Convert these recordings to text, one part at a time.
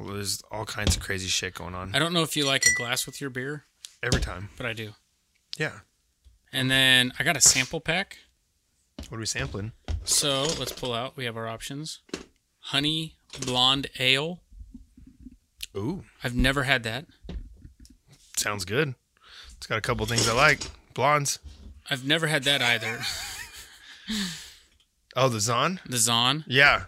There's all kinds of crazy shit going on I don't know if you like a glass with your beer, every time. but I do. Yeah. And then I got a sample pack. What are we sampling? So let's pull out. We have our options: honey blonde ale. Ooh, I've never had that. sounds good. It's got a couple things I like. Blondes. I've never had that either. Oh, the Zon. The Zon. Yeah.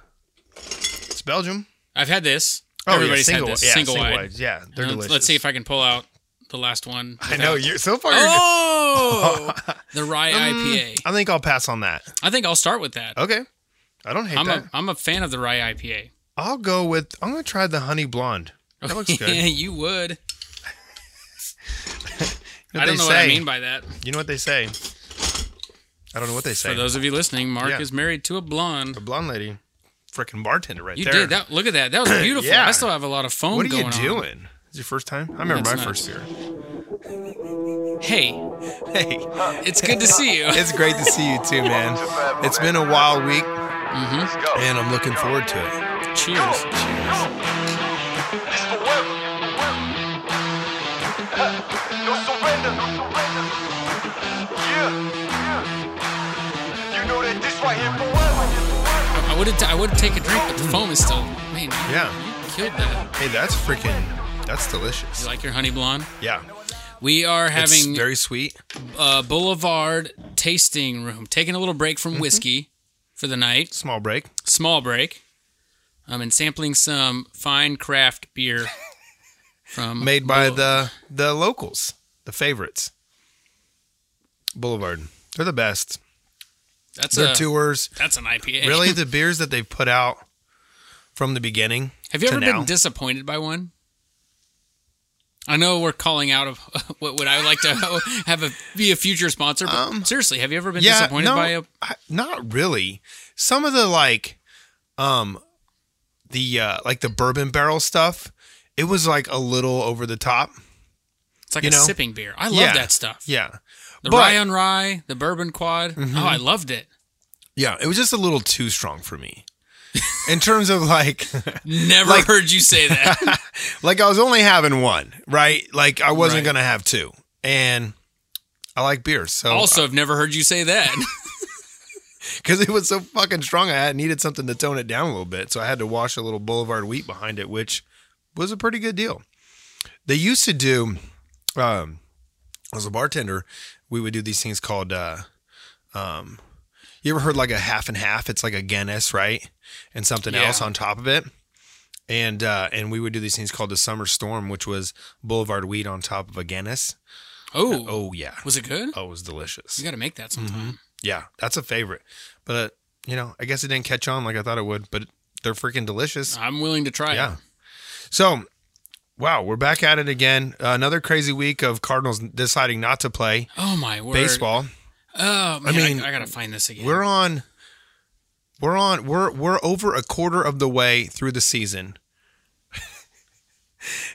It's Belgium. I've had this. Oh, Everybody's yeah, single, had this. Yeah, single, wide. wides. Yeah, they're Now, let's- delicious. Let's see if I can pull out the last one. I know without- you're so far. you're good. Oh, the rye IPA. I think I'll pass on that. I think I'll start with that. Okay. I don't hate I'm that. a I'm a fan of the rye IPA. i I'll go with. I'm gonna try the honey blonde. That looks good. Yeah, You you would. know I they don't know what I say. mean by that. You know what they say. I don't know what they say. For those of you listening, Mark Yeah. is married to a blonde. the blonde lady, freaking bartender right You there. did that. Look at that. That was beautiful. Yeah. I still have a lot of foam What are you going on. doing? Is your first time? I remember That's my not- first beer. Hey, Hey, it's good to see you. it's great to see you too, man. It's been a wild week, and I'm looking forward to it. Cheers. It's forever. No surrender. No surrender. Yeah. yeah. You know that this right here forever. I would I would take a drink, but the foam is still. Man, you, Yeah. you killed that. Hey, that's freaking. That's You delicious. like your honey blonde? Yeah, We are it's having very sweet. a Boulevard tasting room, taking a little break from Mm-hmm. whiskey for the night, Small break. small break, um, and sampling some fine craft beer from made by the the locals, the favorites. Boulevard, they're the best. that's Their a tours, that's an IPA. really, the beers that they've put out from the beginning. Have you to ever now. been disappointed by one? I know we're calling out of what would I like to have a be a future sponsor, but seriously, have you ever been Um, yeah, disappointed no, by a I- not really. Some of the like, um, the uh, like the bourbon barrel stuff. It was like a little over the top. it's like you a know? sipping beer. I love Yeah. that stuff. Yeah, The but- Mm-hmm. rye on rye, the bourbon quad. Oh, I loved it. yeah. It was just a little too strong for me. In terms of like, Never heard you say that. like I was only having one, right? Like I wasn't Right. gonna have two, and I like beer, so also, I've never heard you say that. because it was so fucking strong, I had- needed something to tone it down a little bit, so I had to wash a little Boulevard wheat behind it, which was a pretty good deal. They used to do, um, as a bartender, we would do these things called, uh, um, you ever heard like a half and half? It's like a Guinness, right, and something Yeah. else on top of it. And uh, and we would do these things called the summer storm, which was Boulevard wheat on top of a Guinness. Oh, Oh yeah. was it good? Oh, it was delicious. You got to make that sometime. Yeah, that's a favorite. But uh, you know, I guess it didn't catch on like I thought it would. But they're freaking delicious. I'm willing to try Mm-hmm. Yeah. it. So, wow, we're back at it again. Uh, another crazy week of Cardinals deciding not to play Oh my word! baseball. Oh man, I mean, I, gotta find this again. We're on. We're on. We're we're over a quarter of the way through the season.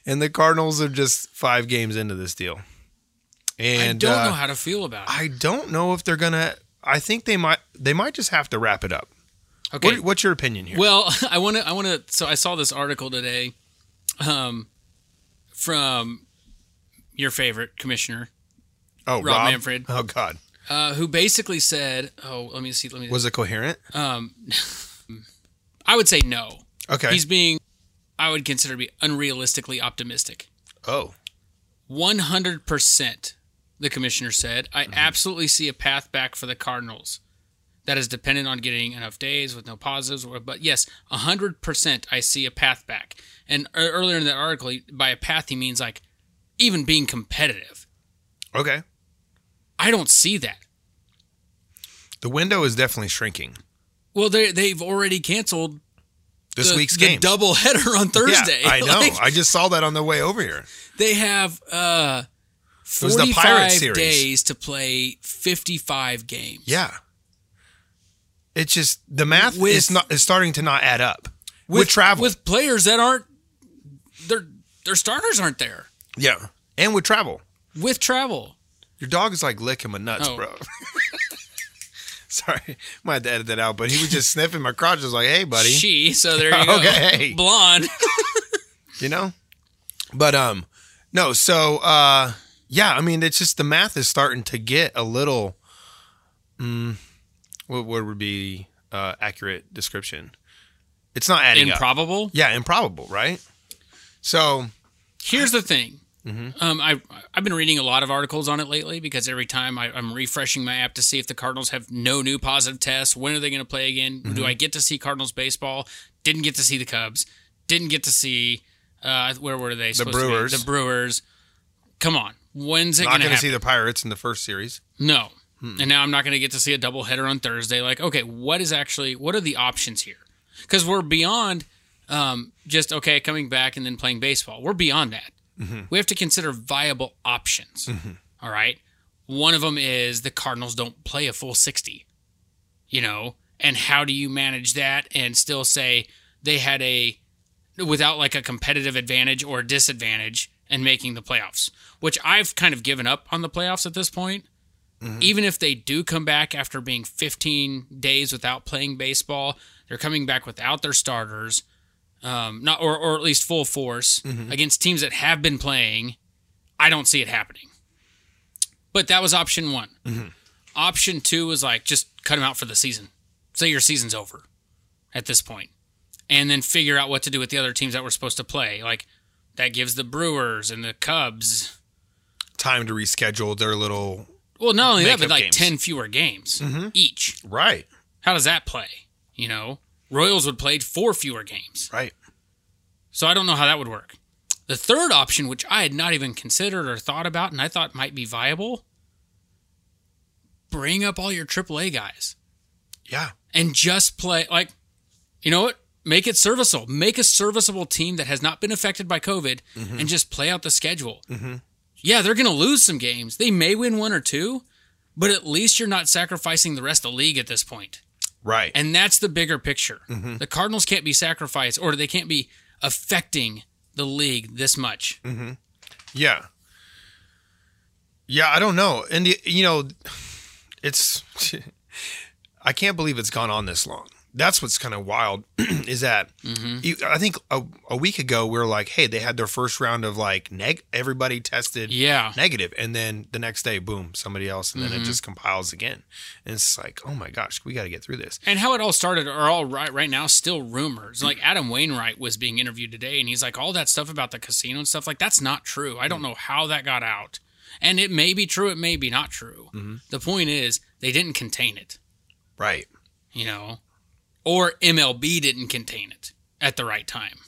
And the Cardinals are just five games into this deal, and I don't uh, know how to feel about it. I don't know if they're gonna. I think they might. They might just have to wrap it up. Okay, What, what's your opinion here? Well, I want to. I want to. So I saw this article today, um, from your favorite commissioner, Oh, Rob Manfred. Oh God, uh, who basically said, "Oh, let me see. Let me." um, was it coherent? I would say no. Okay. He's being, I would consider to be unrealistically optimistic. oh, One hundred percent, the commissioner said. I Mm-hmm. absolutely see a path back for the Cardinals. That is dependent on getting enough days with no positives. Or, but yes, hundred percent, I see a path back. And ear- earlier in that article, he- by a path he means like even being competitive. okay. I don't see that. The window is definitely shrinking. Well, they they've already canceled This the, week's the game. double header on Thursday. Yeah, I know. Like, I just saw that on the way over here. they have uh, was the Pirate 45 series. days to play 55 games. Yeah. It's just the math With- is not is starting to not add up with, travel. with players that aren't their their starters aren't there yeah, and with travel. with travel. Your dog is like licking my nuts, Oh. bro. Sorry, might have to edit that out. But he was just sniffing my crotch. I was like, "Hey, buddy." She, so there you go. Okay. Blonde. you know but um no so uh yeah i mean it's just the math is starting to get a little mm, what, what would be uh accurate description it's not adding up. Improbable. yeah improbable right so Here's the thing. Mm-hmm. Um, I I've been reading a lot of articles on it lately because every time I, I'm refreshing my app to see if the Cardinals have no new positive tests. When are they going to play again? Mm-hmm. Do I get to see Cardinals baseball? Didn't get to see the Cubs. Didn't get to see uh, where were they? supposed to be? Brewers. The Brewers. Come on. When's it not going to gonna happen? see the pirates in the first series No. And now I'm not going to get to see a doubleheader on Thursday. Like, okay, what is actually, what are the options here? Because we're beyond um, just, okay, coming back and then playing baseball. We're beyond that. We have to consider viable options. All right. One of them is the Cardinals don't play a full 60, you know? And how do you manage that and still say they had a, without like a competitive advantage or a disadvantage and making the playoffs, which I've kind of given up on the playoffs at this point Mm. even if they do come back after being 15 days without playing baseball, they're coming back without their starters, um, not or, or at least full force Mm-hmm. against teams that have been playing. I don't see it happening. But that was option one. Mm-hmm. Option two was like just cut them out for the season. Say your season's over at this point, and then figure out what to do with the other teams that we're supposed to play. Like that gives the Brewers and the Cubs time to reschedule their little Well, not only that, Makeup but like games. Mm-hmm. ten fewer games each. right How does that play? You know, Royals would play four fewer games, right so I don't know how that would work. The third option, which I had not even considered or thought about, and I thought might be viable, bring up all your AAA guys yeah and just play like, you know what? Make it serviceable. Make a serviceable team that has not been affected by COVID, and just play out the schedule. Yeah, they're going to lose some games. They may win one or two, but at least you're not sacrificing the rest of the league at this point. right And that's the bigger picture. Mm-hmm. The Cardinals can't be sacrificed or they can't be affecting the league this much. Mm-hmm. Yeah. Yeah, I don't know. And y- you know, it's I can't believe it's gone on this long. That's what's kind of wild is that Mm-hmm. you, I think a, a week ago we were like, hey, they had their first round of like neg everybody tested Yeah. negative, and then the next day, boom, somebody else, and Mm-hmm. then it just compiles again. And it's like, oh my gosh, we got to get through this. And how it all started are all right right now still rumors. Like Adam Wainwright was being interviewed today and he's like all that stuff about the casino and stuff like that's not true. I don't Mm-hmm. know how that got out. And it may be true, it may be not true. Mm-hmm. The point is they didn't contain it. Right. you know, or MLB didn't contain it at the right time.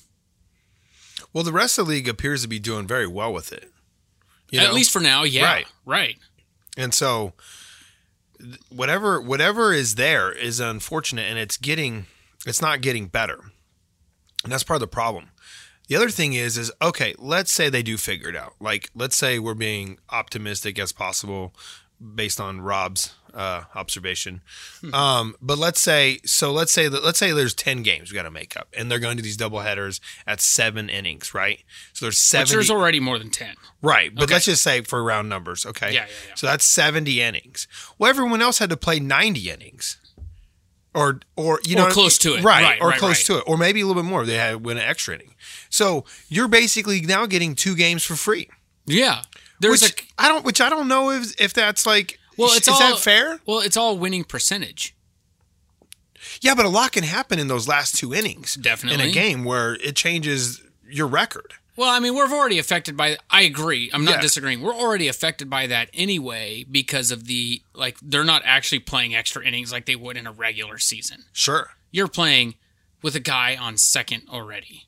Well, the rest of the league appears to be doing very well with it. You at know? least for now, yeah, right. Right. And so th- whatever whatever is there is unfortunate and it's getting it's not getting better. And that's part of the problem. The other thing is is okay, let's say they do figure it out. Like let's say we're being optimistic as possible based on Rob's uh, observation. Hmm. Um, but let's say so let's say that let's say there's 10 games we got to make up and they're going to do these double headers at 7 innings, right? So there's e- 7 Which there's already more than ten. Right, but Okay. let's just say for round numbers, okay? Yeah, yeah, yeah. So that's 70 innings. Well, everyone else had to play 90 innings. Or or you Or know what I close mean? to it. Right, Right, or right, close right. to it. Or maybe a little bit more. They had win an extra inning. So, you're basically now getting two games for free. Yeah, there's which a I don't which I don't know if if that's like well, is- it's is all that fair? Well, it's all winning percentage. Yeah, but a lot can happen in those last two innings. In Definitely. a game where it changes your record. Well, I mean, we're already affected by. I agree. I'm not Yeah. disagreeing. We're already affected by that anyway because of the like they're not actually playing extra innings like they would in a regular season. Sure. You're playing with a guy on second already.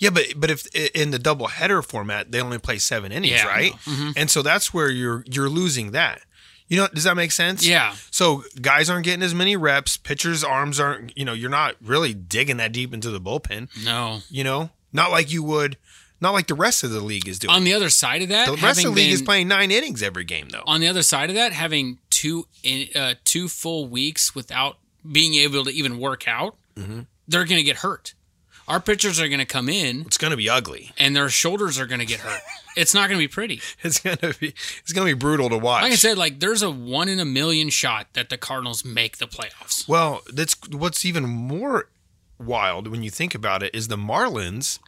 Yeah, but but if i- in the double header format they only play seven innings, Yeah, Mm-hmm. I right? And so that's where you're you're losing that. You know, does that make sense? Yeah. So guys aren't getting as many reps. Pitchers' arms aren't. You know, you're not really digging that deep into the bullpen. No. You know, not like you would, not like the rest of the league is doing. On the other side of that, the rest of the having league is been- playing nine innings every game, though. on the other side of that, having two in, uh, two full weeks without being able to even work out, Mm-hmm. they're going to get hurt. Our pitchers are going to come in, It's gonna be ugly. and their shoulders are going to get hurt. it's not going to be pretty. It's gonna be it's gonna be brutal to watch. Like I said, like there's a one in a million shot that the Cardinals make the playoffs. Well, that's what's even more wild when you think about it is the Marlins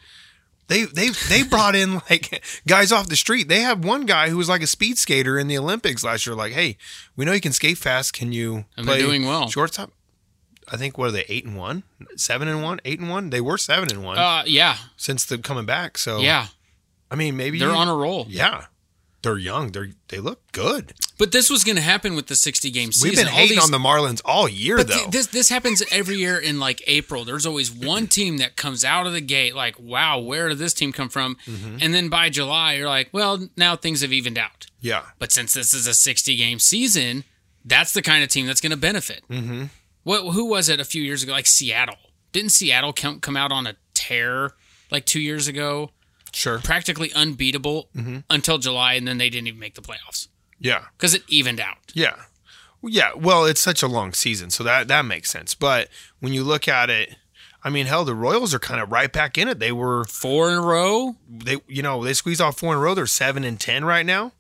They they they brought in like guys off the street. They have one guy who was like a speed skater in the Olympics last year. Like, hey, we know you can skate fast. Can you And they're doing well. shortstop? I think what are they eight and one, seven and one, eight and one. They were seven and one Uh, yeah, since the coming back. So yeah, I mean maybe they're you- on a roll. Oh. Yeah, they're young. They they look good. But this was going to happen with the sixty game season. We've been All hating these- on the Marlins all year But though. th- this this happens every year in like April. There's always one team that comes out of the gate like, wow, where did this team come from? Mm-hmm. And then by July, you're like, well, now things have evened out. yeah, But since this is a 60 game season, that's the kind of team that's going to benefit. Mm-hmm. What? Who was it a few years ago? Like Seattle. Didn't Seattle come, come out on a tear like two years ago? sure. Practically unbeatable until July, and then they didn't even make the playoffs Yeah. because it evened out. Yeah. Well, Yeah. Well, it's such a long season, so that that makes sense. But when you look at it, I mean, hell, the Royals are kind of right back in it. They were Four in a row. they you know they squeezed off four in a row. They're seven and ten right now.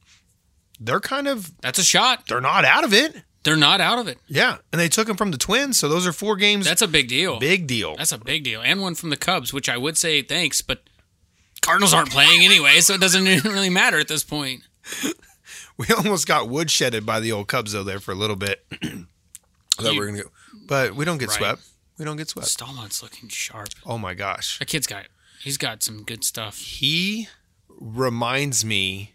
They're kind of That's a shot. they're not out of it. They're not out of it. Yeah, and they took them from the Twins, so those are four games. That's a big deal. big deal. That's a big deal. And one from the Cubs, which I would say thanks, but Cardinals aren't playing anyway, so it doesn't really matter at this point. we almost got woodshedded by the old Cubs though there for a little bit. that You- we're gonna, go. but we don't get Right. swept. We don't get swept. Stallman's looking sharp. Oh my gosh. That kid's got he's got some good stuff. he reminds me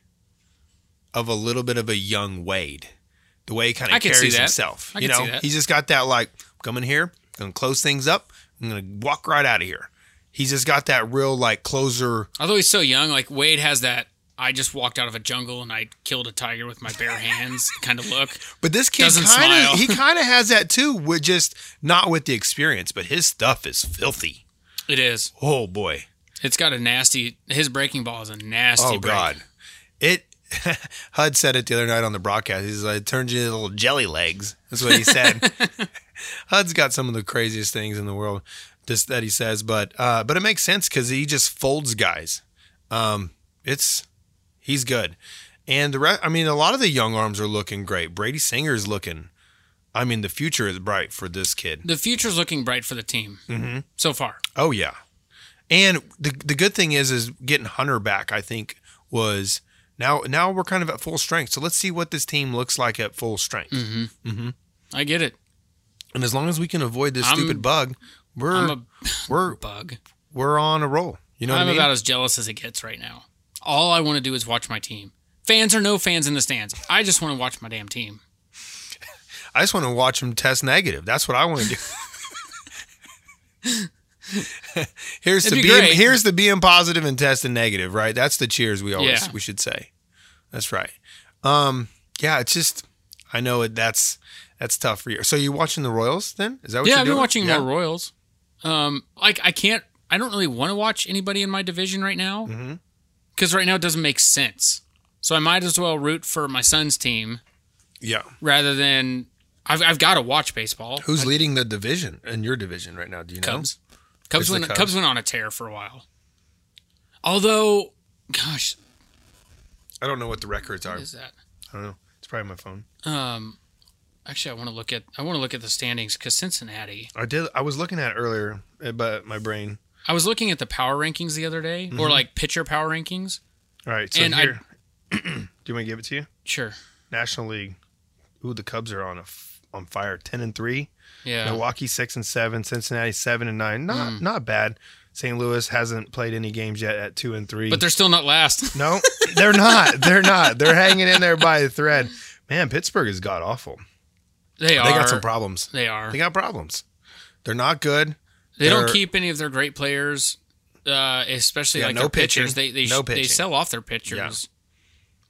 of a little bit of a young Wade. The way he kind I of can see carries that. himself. I you can know, see that. he's just got that like, come in here, gonna close things up, I'm gonna walk right out of here. He's just got that real like closer. Although he's so young, like Wade has that I just walked out of a jungle and I killed a tiger with my bare hands kind of look. But this kid Doesn't kind smile. of he kind of has that too, with just not with the experience, but his stuff is filthy. It is. Oh boy. It's got a nasty his breaking ball is a nasty Oh break. God. It Hud said it the other night on the broadcast. He's like, it turns you into little jelly legs. That's what he said. Hud's got some of the craziest things in the world just that he says, but uh, but it makes sense because he just folds guys. Um, it's he's good. And the rest, I mean, a lot of the young arms are looking great. Brady Singer's looking. I mean, the future is bright for this kid. The future's looking bright for the team mm-hmm. so far. Oh yeah, and the the good thing is is getting Hunter back. I think was now now we're kind of at full strength. So let's see what this team looks like at full strength. I get it. And as long as we can avoid this I'm- stupid bug, I'm we're a we're bug. we're on a roll. You know what I'm I mean? about as jealous as it gets right now. All I want to do is watch my team. Fans or no fans in the stands. I just want to watch my damn team. I just want to watch him test negative. That's what I want to do. here's It'd to be being great. here's to being positive and testing negative, right? That's the cheers we always Yeah. we should say. That's right. Um, yeah, it's just I know it. That's that's tough for you. So you watching the Royals then? Is that what yeah, you're I've been doing? watching Yeah. more Royals. Um, like I can't, I don't really want to watch anybody in my division right Mm-hmm. now because right now it doesn't make sense. So I might as well root for my son's team Yeah. rather than I've, I've got to watch baseball. Who's leading the division in your division right now? Do you know? Cubs? Cubs the went Cubs. Cubs. went on a tear for a while. Although, gosh, I don't know what the records are. what is that? I don't know. It's probably my phone. Um, actually, I want to look at I want to look at the standings because Cincinnati. I did. I was looking at it earlier, eh, but my brain. I was looking at the power rankings the other day, Mm-hmm. or like pitcher power rankings. All right. So And I- here, do you want me to give it to you? Sure. National League. Ooh, the Cubs are on a f- on fire. Ten and three. Yeah. Mm. Milwaukee six and seven. Cincinnati seven and nine. Not not bad. St. Louis hasn't played any games yet at two and three. But they're still not last. no, they're not. They're not. They're hanging in there by a thread. Man, Pittsburgh is god awful. They are. They got some problems. They are. They They, got problems. They're not good. don't they're- keep any of their great players, uh, especially Yeah, like no their pitchers. They pitching. they, sh- No they pitching. sell off their pitchers.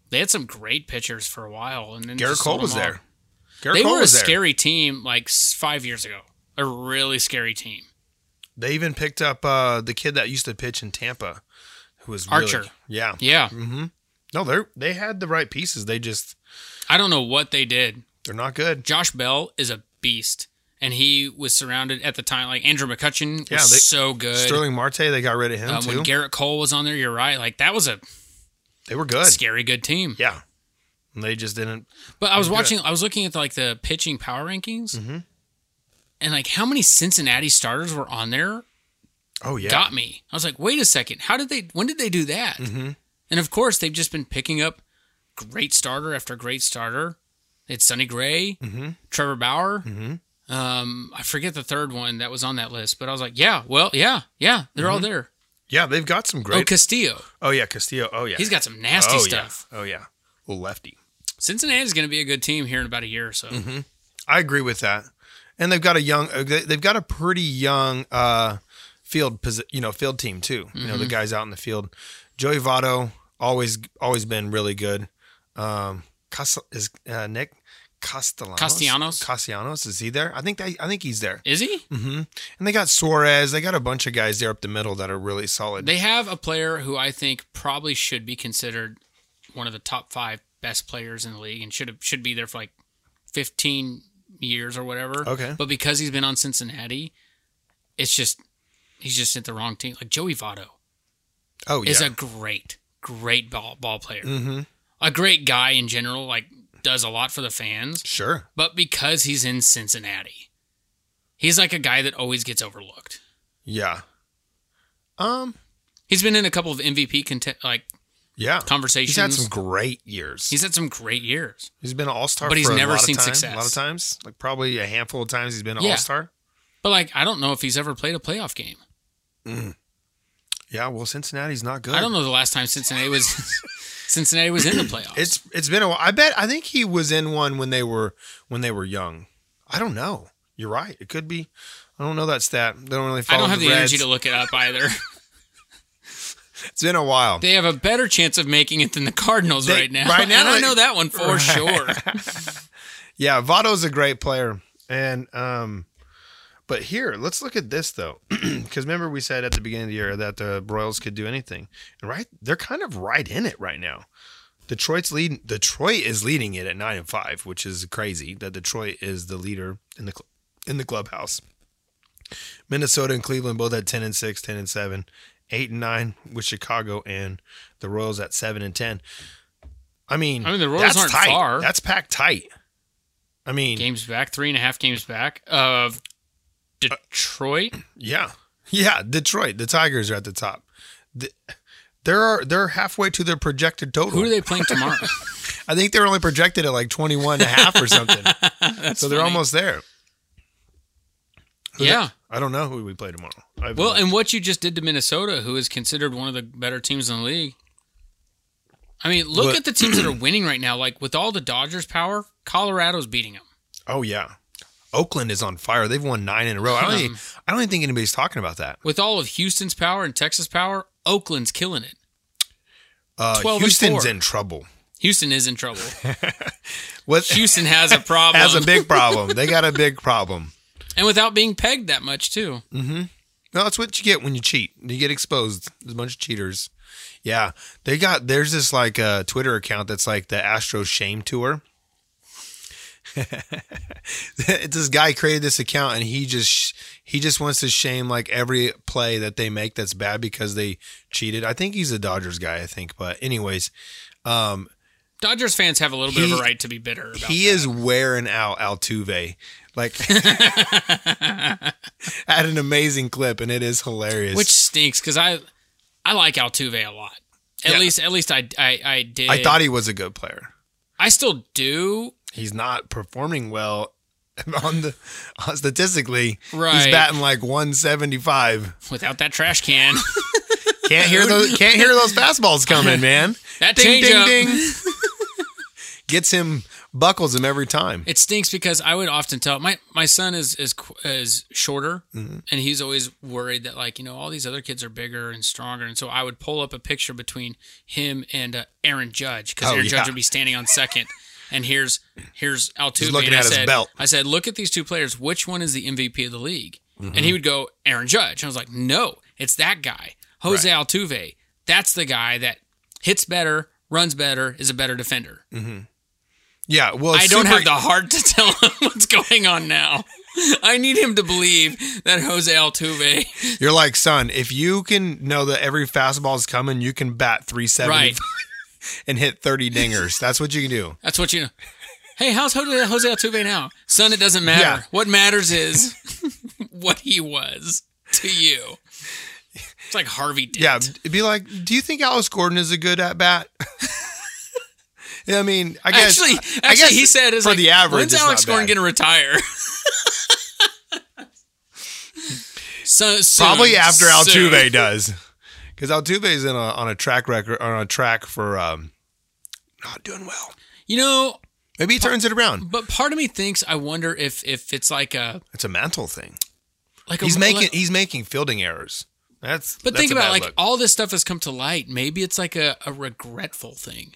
They had some great pitchers for a while, and then Garrett just Cole sold was them all. there. Garrett they Cole were a was there. scary team like s- five years ago. A really scary team. They even picked up uh, the kid that used to pitch in Tampa, who was really- Archer. yeah. Yeah, No, they are they had the right pieces. They just I don't know what they did. they're not good. Josh Bell is a beast, and he was surrounded at the time like Andrew McCutcheon was Yeah, they- so good. Sterling Marte, they got rid of him um, too. when Garrett Cole was on there, you're right. Like that was a they were good. scary good team. Yeah, and they just didn't. But I was They're good. watching. I was looking at the, like the pitching Mm-hmm. power rankings, and like how many Cincinnati starters were on there Oh yeah. got me. I was like, wait a second, how did they? When did they do that? Mm-hmm. And of course, they've just been picking up great starter after great starter. It's Sonny Gray, Mm-hmm. Trevor Bauer. Um, I forget the third one that was on that list, but I was like, yeah, well, yeah, yeah, they're Mm-hmm. all there. yeah, they've got some Oh, great. Castillo, Oh yeah, Castillo. Oh yeah. he's got some nasty oh, stuff. Yeah. Oh yeah. Little lefty. Cincinnati's going to be a good team here in about a year or so. Mm-hmm. I agree with that. And they've got a young, uh, they- they've got a pretty young uh, field, posi- you know, field team too. You know, the Mm-hmm. guys out in the field. Joey Votto always, always been really good. Um, Cas- is uh, Nick Castellanos? Castellanos? Castellanos is he there? I think they, I think he's there. Is he? And they got Suarez. They got a bunch of guys there up the middle that are really solid. They have a player who I think probably should be considered one of the top five best players in the league and should have, should be there for like 15 years or whatever. Okay. But because he's been on Cincinnati, it's just he's just at the wrong team. Like Joey Votto oh yeah, Mm-hmm. is a great, great ball ball player. A great guy in general. Like does a lot for the fans, sure. but because he's in Cincinnati, he's like a guy that always gets overlooked. Yeah. Um. He's been in a couple of MVP cont- like Yeah. conversations. He's had some great years. He's had some great years. He's been an all star, But he's for never a lot seen of time, success. A lot of times, like probably a handful of times, he's been an Yeah. all star. But like, I don't know if he's ever played a playoff game. Yeah, well, Cincinnati's not good. I don't know the last time Cincinnati was Cincinnati was in the playoffs. It's it's been a while. I bet I think he was in one when they were when they were young. I don't know. You're right. It could be. I don't know that stat. They don't really I follow. don't have the Reds. energy to look it up either. It's been a while. they have a better chance of making it than the Cardinals They- right now. right now and I they- know that one for sure. yeah, Votto's a great player, and um, but here let's look at this though, because remember we said at the beginning of the year that the Royals could do anything, and right? They're kind of right in it right now. Detroit's lead. Detroit is leading it at nine and five, which is crazy that Detroit is the leader in the cl- in the clubhouse. Minnesota and Cleveland both at ten and six, 10 and seven, eight and nine with Chicago and the Royals at seven and ten. I mean, I mean, the Royals that's aren't tight. far. That's packed tight. I mean, Games back, three and a half games back of Detroit. yeah, yeah. Detroit, the Tigers are at the top. The- There are they're halfway to their projected total. Who are they playing tomorrow? I think they're only projected at like 21 and a half or something. so they're almost there. Who yeah. I don't know who we play tomorrow. I Well, and what you just did to Minnesota, who is considered one of the better teams in the league. I mean, look But- at the teams that are winning right now. Like with all the Dodgers' power, Colorado's beating them. oh yeah, Oakland is on fire. They've won nine in a row. I don't, Um, even, I don't even think anybody's talking about that. With all of Houston's power and Texas power, Oakland's killing it. Uh, 12 and Houston's four. in trouble. Houston is in trouble. What Houston has a problem. has a big problem? They got a big problem. and without being pegged that much too. No, that's what you get when you cheat. You get exposed. There's a bunch of cheaters. Yeah, they got. There's this like uh, Twitter account that's like the Astro Shame Tour. this guy created this account and he just he just wants to shame like every play that they make that's bad because they cheated. I think he's a Dodgers guy. I think, but anyways, Dodgers fans have a little bit of He- a right to be bitter about he is wearing out Altuve like at an amazing clip and it is hilarious. which stinks because I I like Altuve a lot. At Yeah. least at least I I, I did. I thought he was a good player. I still do. he's not performing well on the on statistically. He's Right. batting like 175. Without that trash can, Can't hear those can't hear those fastballs coming, man. That changeup. Gets him buckles him every time. it stinks because I would often tell my my son is is qu- is shorter, Mm-hmm. and he's always worried that like you know all these other kids are bigger and stronger, and so I would pull up a picture between him and uh, Aaron Judge because Oh, Aaron yeah. Judge would be standing on second, and here's here's Altuve looking and I at his said, belt. I said, look at these two players. Which one is the MVP of the league? Mm-hmm. And he would go Aaron Judge. And I was like, no, it's that guy, Jose Altuve. That's the guy that hits better, runs better, is a better defender. Yeah, well, I don't super- have the heart to tell him what's going on now. I need him to believe that Jose Altuve. You're like, son, if you can know that every fastball is coming, you can bat 370 Right. and hit 30 dingers. That's what you can do. That's what you know. Hey, how's Jose Jose Altuve now? Son, it doesn't matter. Yeah. What matters is what he was to you. It's like Harvey Dent. Yeah, it'd be like, do you think Alice Gordon is a good at bat? yeah, I mean, I guess actually, actually, I guess he said is for like, the average, When's it's Alex not Gordon bad." going to retire? so soon, probably after soon. Altuve does, because Altuve's in a, on a track record on a track for um, not doing well. You know, Maybe he turns it around. but part of me thinks I wonder if if it's like a It's a mental thing. like He's a, making like- he's making fielding errors. That's But that's think a about bad it, like look. all this stuff has come to light. Maybe it's like a, a regretful thing.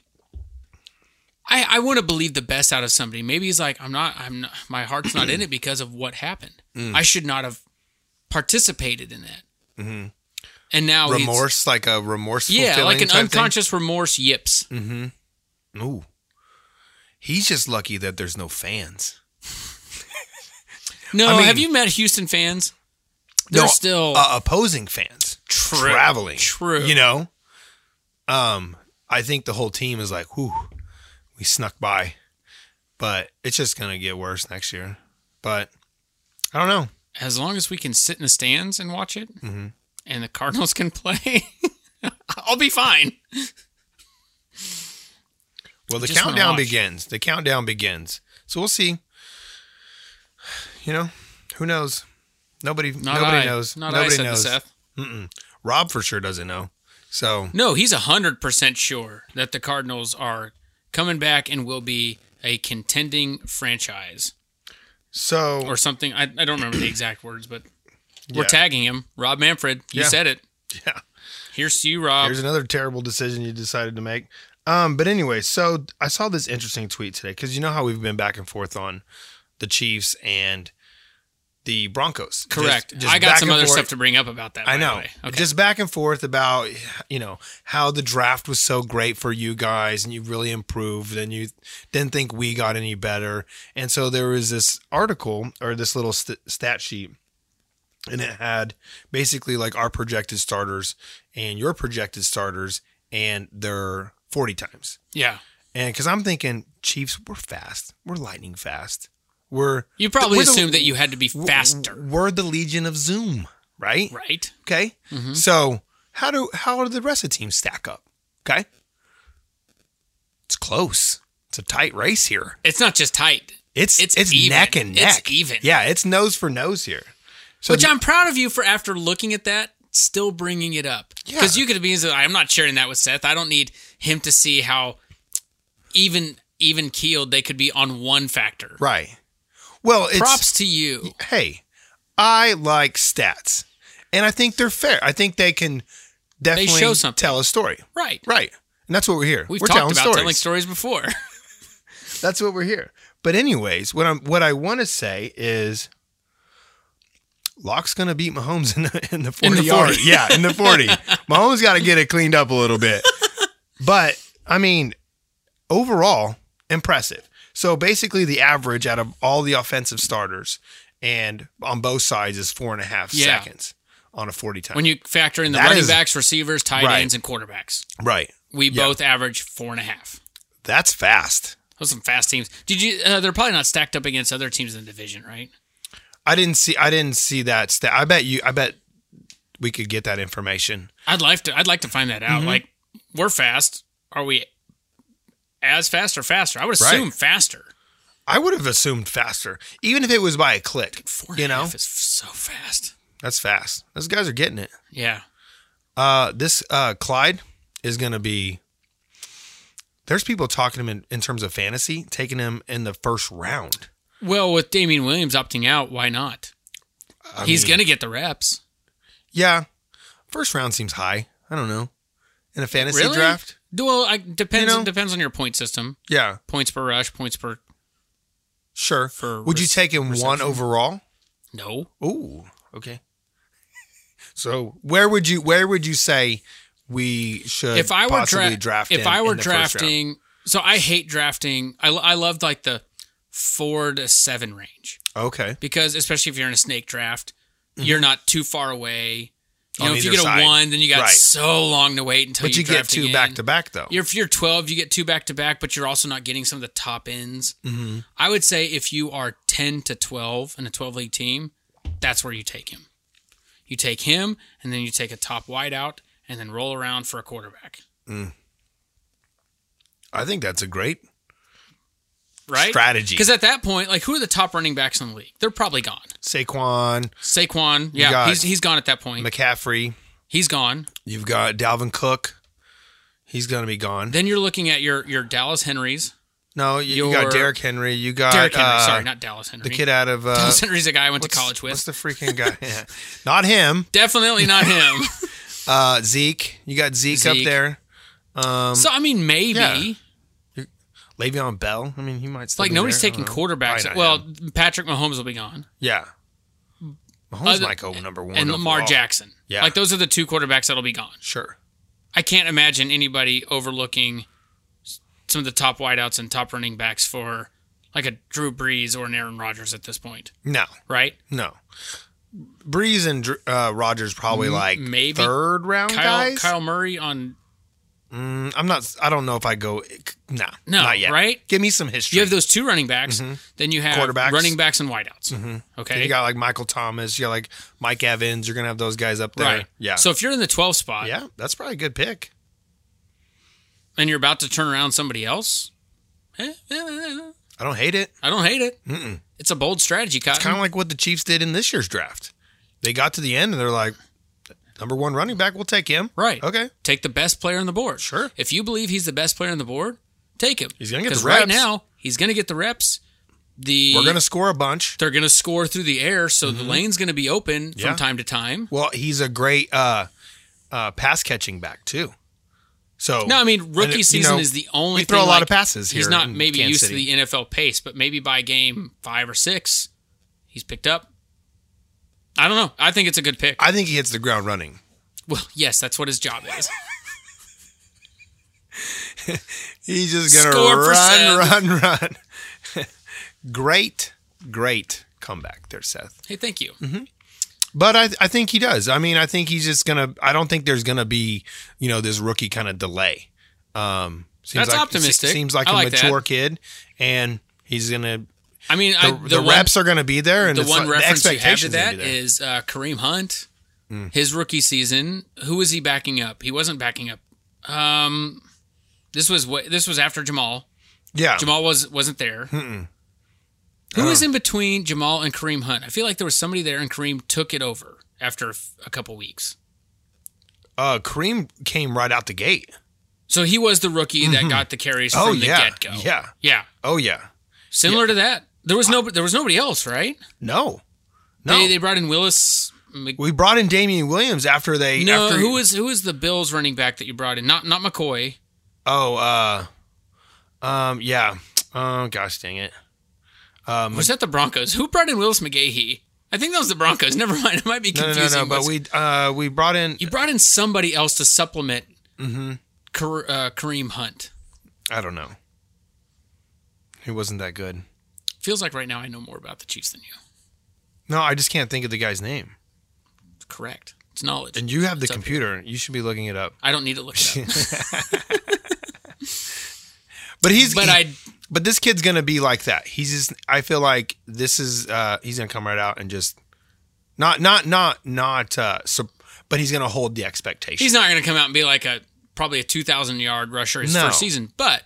I I want to believe the best out of somebody. Maybe he's like, I'm not, I'm not, my heart's not in it because of what happened. Mm. I should not have participated in that. Mm-hmm. And now oh, he's- remorse, like a remorseful yeah, feeling like an type Mm. unconscious remorse. Yips. Thing. Ooh, he's just lucky that there's no fans. No, I mean- have you met Houston fans? No, They're still uh, opposing fans True. traveling. True. you know. Um, I think the whole team is like, "Whew, we snuck by," but it's just gonna get worse next year. But I don't know. as long as we can sit in the stands and watch it, Mm-hmm. and the Cardinals can play, I'll be fine. Well, the Just wanna countdown watch. begins. The countdown begins. So we'll see. You know, who knows? Nobody, Not nobody I. knows. Not nobody I, said to knows. Seth. Rob for sure doesn't know. So No, he's hundred percent sure that the Cardinals are coming back and will be a contending franchise so or something. I, I don't remember the exact words, but we're Yeah. tagging him. Rob Manfred, you Yeah. said it. yeah. Here's to you, Rob. Here's another terrible decision you decided to make. Um, but anyway, so I saw this interesting tweet today because you know how we've been back and forth on the Chiefs and the Broncos. Just- Correct. just I got back some and other forth. stuff to bring up about that. I by the know. way. Okay. Just back and forth about you know how the draft was so great for you guys and you really improved and you didn't think we got any better. And so there was this article or this little st- stat sheet and it had basically like our projected starters and your projected starters and their 40 times. yeah. And cuz I'm thinking Chiefs we're fast. We're lightning fast. We're You probably we're the- assumed that you had to be faster, We're the legion of Zoom, right? right? Okay. Mm-hmm. So how do how do the rest of the teams stack up? Okay. It's close. It's a tight race here. It's not just tight, It's It's it's, even. neck and It's neck. even. Yeah, it's nose for nose here. So which I'm proud of you for after looking at that, still bringing it up. Yeah. Because you could be, I'm not sharing that with Seth. I don't need him to see how even even keeled they could be on one factor. right. Well, it's Props to you. hey, I like stats. And I think they're fair. I think they can definitely show something. tell a story. Right. Right. And that's what we're here. We've we're talked telling about stories. telling stories before. That's what we're here. But anyways, what I'm what I want to say is Locke's gonna beat Mahomes in the in the In forty, the yard. 40. Yeah, in the forty. Mahomes gotta get it cleaned up a little bit. But I mean, overall, impressive. So basically the average out of all the offensive starters and on both sides is four and a half Yeah. seconds on a forty time. when you factor in the That running is- backs, receivers, tight Right. ends, and quarterbacks, right. we both average four and a half. That's fast. Those are some fast teams. Did you? Uh, they're probably not stacked up against other teams in the division, right? I didn't see I didn't see that stat. I bet you I bet we could get that information. I'd like to. I'd like to find that out. Mm-hmm. Like, we're fast. Are we as fast or faster? I would Right. assume faster. I would have assumed faster, even if it was by a click. Four you know, is so fast. that's fast. Those guys are getting it. Yeah, Uh, this uh, Clyde is going to be. There's people talking him in, in terms of fantasy, taking him in the first round. Well, with Damien Williams opting out, why not? He's going to get the reps. Yeah, first round seems high. I don't know. In a fantasy Really? draft, Well, I, depends. You know? depends on your point system. yeah, Points per rush. Points per sure. For Would you rec- take him one reception? overall? no. Ooh, okay. So where would you where would you say we should If I were Uh, possibly dra- draft? if him I were in the first round? drafting, so I hate drafting. I I loved like the four to seven range. okay, because especially if you're in a snake draft, you're not too far away. You Mm-hmm. On know, if you either get a side. one, then you got Right. so long to wait until but you, you get draft two again. back to back though. You're, if you're 12, you get two back to back, but you're also not getting some of the top ends. Mm-hmm. I would say if you are 10 to 12 in a 12 league team, that's where you take him. You take him, and then you take a top wideout, and then roll around for a quarterback. I think that's a great Right? strategy. Because at that point, like, who are the top running backs in the league? They're probably gone. Saquon, Saquon, You got- yeah, he's, he's gone at that point. McCaffrey, he's gone. you've got Dalvin Cook. He's gonna be gone. Then you're looking at your your Dallas Henrys. No, you, you Your- got Derrick Henry. You got Derrick Henry, uh, sorry, not Dallas Henry. the kid out of uh, Dallas Henry's a guy I went to what's- college What's with. the freaking guy? Yeah. Not him. Definitely not him. Uh, Zeke. You got Zeke, up Zeke. there. so I mean, maybe Yeah. Le'Veon Bell. I mean, he might still like be nobody's there. I taking don't know. Probably quarterbacks. not Well, him. Patrick Mahomes will be gone, yeah. Mahomes Other- might go number one and Lamar overall. Jackson. Yeah. like those are the two quarterbacks that'll be gone. Sure. I can't imagine anybody overlooking s- some of the top wideouts and top running backs for like a Drew Brees or an Aaron Rodgers at this point, No, right? no. Breeze and Dr- uh, Rogers probably like maybe. third round Kyle, guys. Kyle Murray on Mm, I'm not. I don't know if I go. Nah, No, not yet. right? Give me some history. you have those two running backs, then you have Quarterbacks. running backs and wideouts. Okay, You got like Michael Thomas. You got like Mike Evans. You're gonna have those guys up there. right. Yeah. So uh, if you're in the 12 spot yeah, that's probably a good pick. and you're about to turn around somebody else, eh, eh, eh, eh, I don't hate it. I don't hate it. It's a bold strategy, Cotton. Kind of like what the Chiefs did in this year's draft. They got to the end and they're like, number one running back, we'll take him. Right. Okay. Take the best player on the board. Sure. If you believe he's the best player on the board, take him. He's gonna get 'Cause the Right reps. now, he's going to get the reps. The We're gonna score a bunch. they're going to score through the air, so the lane's going to be open Yeah. from time to time. Well, he's a great uh, uh, pass catching back too. So No, I mean and it- rookie you season know, is the only. we throw thing, a lot like, of passes He's here not in maybe Kansas used City. to the NFL pace, but maybe by game five or six, he's picked up. I don't know. I think it's a good pick. I think he hits the ground running. well, yes, that's what his job is. He's just gonna Score for run, Seth. run, run. great, great comeback there, Seth. hey, thank you. Mm-hmm. But I, I think he does. I mean, I think he's just gonna. I don't think there's gonna be, you know, this rookie kind of delay. Um, seems That's like, optimistic. se- Seems like I a like that. mature kid, and he's gonna. I mean, I, The, the, the one, reps are gonna be there, and the it's one like- reference the you have to expectation's that gonna be there. Mm. is uh, Kareem Hunt. His rookie season, who was he backing up? He wasn't backing up. Um, this was wa- this was after Jamal. yeah, Jamal was wasn't there. Who was in between Jamal and Kareem Hunt? I feel like there was somebody there, and Kareem took it over after a f- a couple weeks. uh, Kareem came right out the gate. So he was the rookie that got the carries Oh, from the yeah. get go. Yeah. yeah, Oh yeah, similar to that. There was no, there was nobody else, right? no, no. They, they brought in Willis. Mc- we brought in Damian Williams after they. no, after, who was who was the Bills running back that you brought in? Not not McCoy. Oh, uh, um, yeah. Oh gosh, dang it. Um, Was that the Broncos? Who brought in Willis McGahee? I think that was the Broncos. Never mind. It might be No, no, confusing. no, no. But what's- we uh we brought in. you brought in somebody else to supplement Mm-hmm. Kar- uh, Kareem Hunt. I don't know. He wasn't that good. Feels like right now I know more about the Chiefs than you. No, I just can't think of the guy's name. Correct. It's knowledge. And you have the It's up here. computer. You should be looking it up. I don't need to look it up. But he's but I but this kid's gonna be like that. He's just I feel like this is uh he's gonna come right out and just not not not not uh sup- but he's gonna hold the expectation. he's not going to come out and be like a probably a 2000 yard rusher his No. first season, but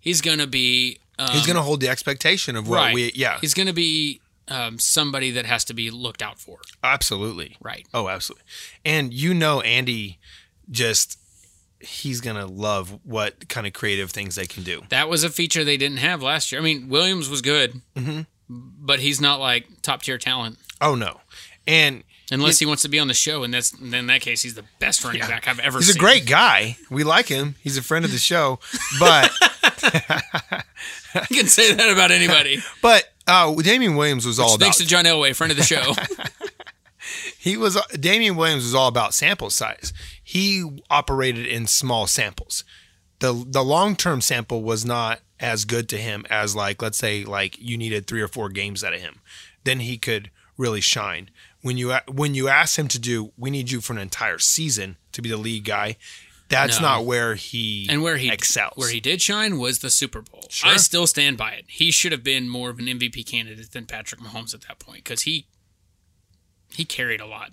he's going to be um, he's gonna hold the expectation of what right. we yeah. He's going to be um, somebody that has to be looked out for. absolutely. Right. Oh, absolutely. And you know Andy just he's gonna love what kind of creative things they can do. That was a feature they didn't have last year. I mean, Williams was good, Mm-hmm. but he's not like top tier talent. Oh no. And Unless he wants to be on the show, and that's then in that case he's the best running back I've ever He's seen. a great guy. We like him. He's a friend of the show. But You can say that about anybody. but uh, Damian Williams was all about Thanks to John Elway, friend of the show. he was uh, Damian Williams was all about sample size. He operated in small samples. the The long term sample was not as good to him as like let's say like you needed three or four games out of him, then he could really shine. When you when you ask him to do, we need you for an entire season to be the lead guy. That's No. not where he and where he excels. where he did shine was the Super Bowl. I still stand by it. He should have been more of an MVP candidate than Patrick Mahomes at that point because he he carried a lot.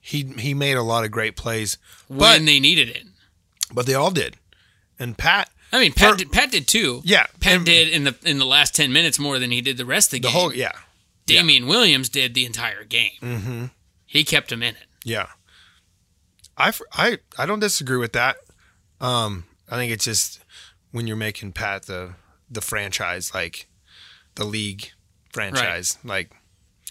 He he made a lot of great plays, when but they needed it. but they all did. And Pat, I mean, Pat, For- did, Pat did too. Yeah, Pat and- did in the in the last ten minutes more than he did the rest of the the game. whole yeah Damian Williams did the entire game. Mm-hmm. He kept him in it. yeah. I f- I I don't disagree with that. Um, I think it's just when you're making Pat the the franchise, like the league franchise, like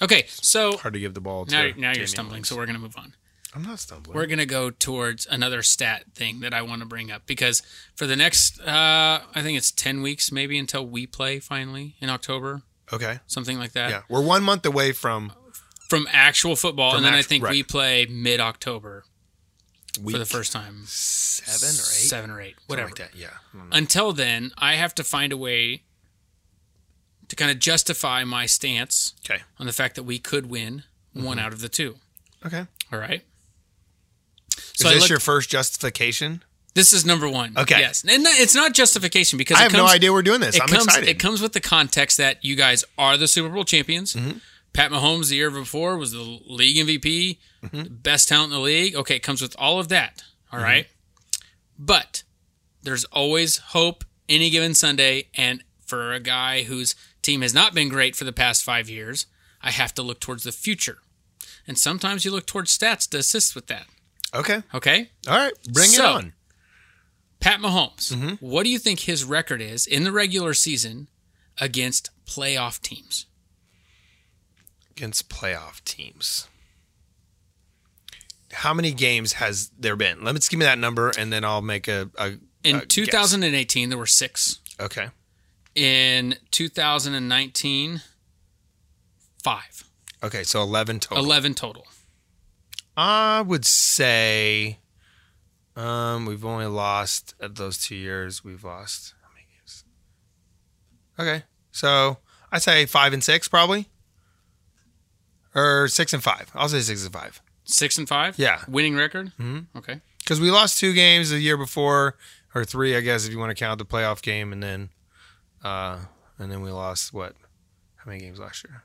Okay, so hard to give the ball to. now, now you're Damian stumbling, Williams. so we're gonna move on. I'm not stumbling. We're gonna go towards another stat thing that I want to bring up because for the next, uh, I think it's ten weeks maybe until we play finally in October, okay. something like that. Yeah, we're one month away from From actual football, From and then I actu- think right. we play mid October week for the first time. seven or eight, seven or eight, Something whatever. Like that. Yeah. Until then, I have to find a way to kind of justify my stance Okay. on the fact that we could win one Mm-hmm. out of the two. Okay. All right. Is So I this looked- your first justification? This is number one. Okay. Yes, and that- it's not justification because I it have no comes- idea we're doing this. It I'm comes. excited. It comes with the context that you guys are the Super Bowl champions. Mm-hmm. Pat Mahomes the year before was the league MVP, Mm-hmm. best talent in the league. Okay, it comes with all of that. All right, but there's always hope any given Sunday, and for a guy whose team has not been great for the past five years, I have to look towards the future, and sometimes you look towards stats to assist with that. okay. Okay, All right. Bring it So- on. Pat Mahomes, Mm-hmm. what do you think his record is in the regular season against playoff teams? Against playoff teams. How many games has there been? Let me just give me that number and then I'll make a, a In a guess. 2018, there were six. Okay. In 2019, five. Okay. So 11 total. 11 total. I would say um, we've only lost of those two years. We've lost how many games? Okay, so I say five and six probably, or six and five. I'll say six and five Six and five? Yeah. Winning record? Mm-hmm. Okay. because we lost two games the year before, or three, I guess, if you want to count the playoff game, and then uh, and then we lost what? How many games last year?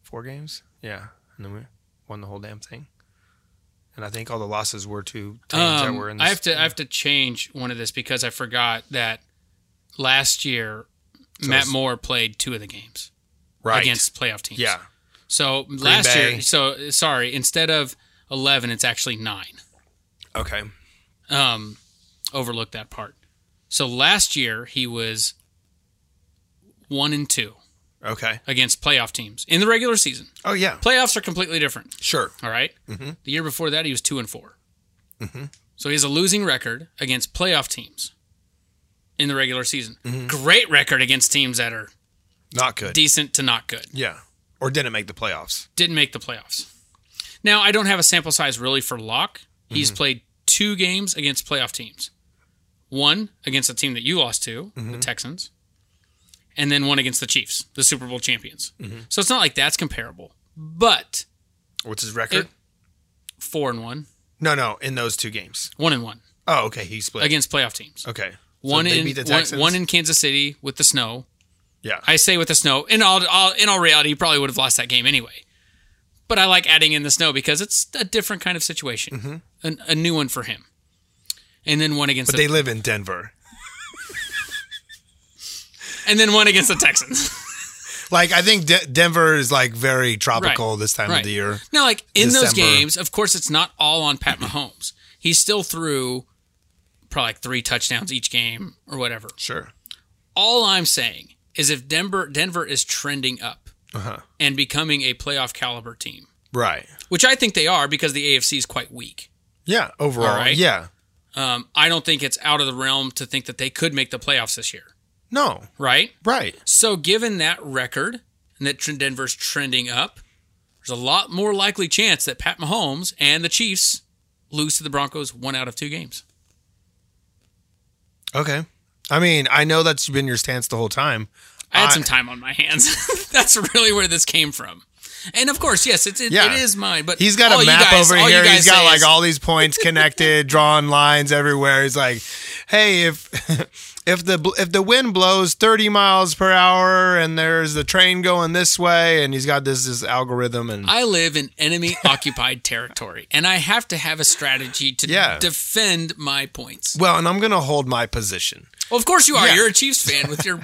Four games. Yeah, and then we won the whole damn thing. And I think all the losses were to teams that Um, were in. This, I have to I have to change one of this because I forgot that last year Matt it's- Moore played two of the games right. against playoff teams. Yeah. So last Bay. year, so sorry, instead of 11, it's actually nine. Okay. um, overlooked that part. So last year he was one and two Okay. against playoff teams in the regular season. Oh yeah. Playoffs are completely different. Sure. All right? The year before that he was two and 4 So he has a losing record against playoff teams in the regular season. Great record against teams that are Not good. decent to not good. yeah. Or didn't make the playoffs. Didn't make the playoffs. Now I don't have a sample size really for Locke. He's Mm-hmm. played two games against playoff teams. One against a team that you lost to, Mm-hmm. the Texans, and then one against the Chiefs, the Super Bowl champions. Mm-hmm. So it's not like that's comparable. But What's his record? It- four and one, no, no. In those two games. one and one Oh, okay. He split. against playoff teams. Okay. So One they in beat the one, Texans? one in Kansas City with the snow. Yeah. I say with the snow. In all, all in all reality, he probably would have lost that game anyway. But I like adding in the snow because it's a different kind of situation, An, a new one for him. And then one against, Mm-hmm. but the, they live in Denver. and then one against the Texans. Like I think De- Denver is like very tropical Right. this time Right. of the year. Now, like in those December. games, of course, it's not all on Pat Mahomes. He still threw probably like three touchdowns each game or whatever. Sure. All I'm saying is if Denver Denver is trending up Uh-huh. and becoming a playoff caliber team, Right. which I think they are because the AFC is quite weak. Yeah. Overall. All right. Yeah. Um, I don't think it's out of the realm to think that they could make the playoffs this year, No. right? Right. So, given that record and that Trend- Denver's trending up, there's a lot more likely chance that Pat Mahomes and the Chiefs lose to the Broncos one out of two games. Okay. I mean, I know that's been your stance the whole time. I had I- some time on my hands. That's really where this came from. And of course, yes, it's, it, Yeah. it is mine. But He's got all a you map guys- over all you here. guys He's got say like is- all these points connected, drawn lines everywhere. He's like, hey, if if the bl- if the wind blows 30 miles per hour and there's the train going this way, and he's got this this algorithm, and I live in enemy occupied territory, and I have to have a strategy to Yeah. defend my points. well, and I'm gonna hold my position. Well, of course you are. Yeah. You're a Chiefs fan with your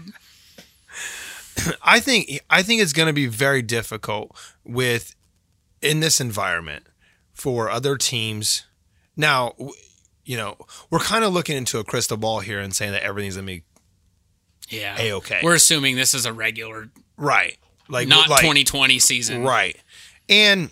I think I think it's going to be very difficult with in this environment for other teams. Now, w- you know, we're kind of looking into a crystal ball here and saying that everything's going to be yeah. A-okay. We're assuming this is a regular, right, like not like, 2020 season. right, and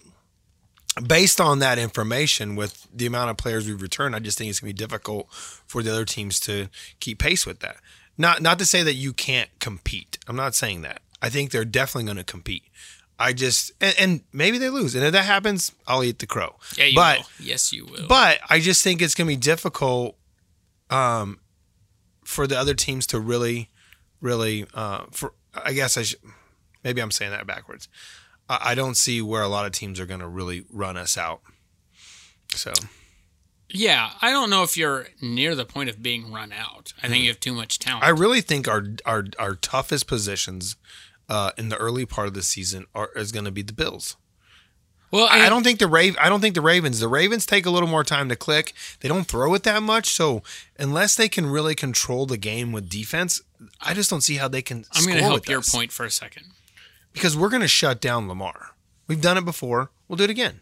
based on that information, with the amount of players we've returned, I just think it's going to be difficult for the other teams to keep pace with that. Not not to say that you can't compete. I'm not saying that. I think they're definitely going to compete. I just and, and maybe they lose, and if that happens, I'll eat the crow. Yeah, you but will. Yes, you will. but I just think it's going to be difficult um, for the other teams to really, really. Uh, for I guess I should. Maybe I'm saying that backwards. I, I don't see where a lot of teams are going to really run us out. So yeah, I don't know if you're near the point of being run out. I think you have too much talent. Hmm. I really think our our our toughest positions uh, in the early part of the season are is going to be the Bills. well, I, I and- don't think the Rave. I don't think the Ravens. The Ravens take a little more time to click. They don't throw it that much. So unless they can really control the game with defense, I just don't see how they can. I'm going to score help with your us. point for a second. because we're going to shut down Lamar. We've done it before. We'll do it again.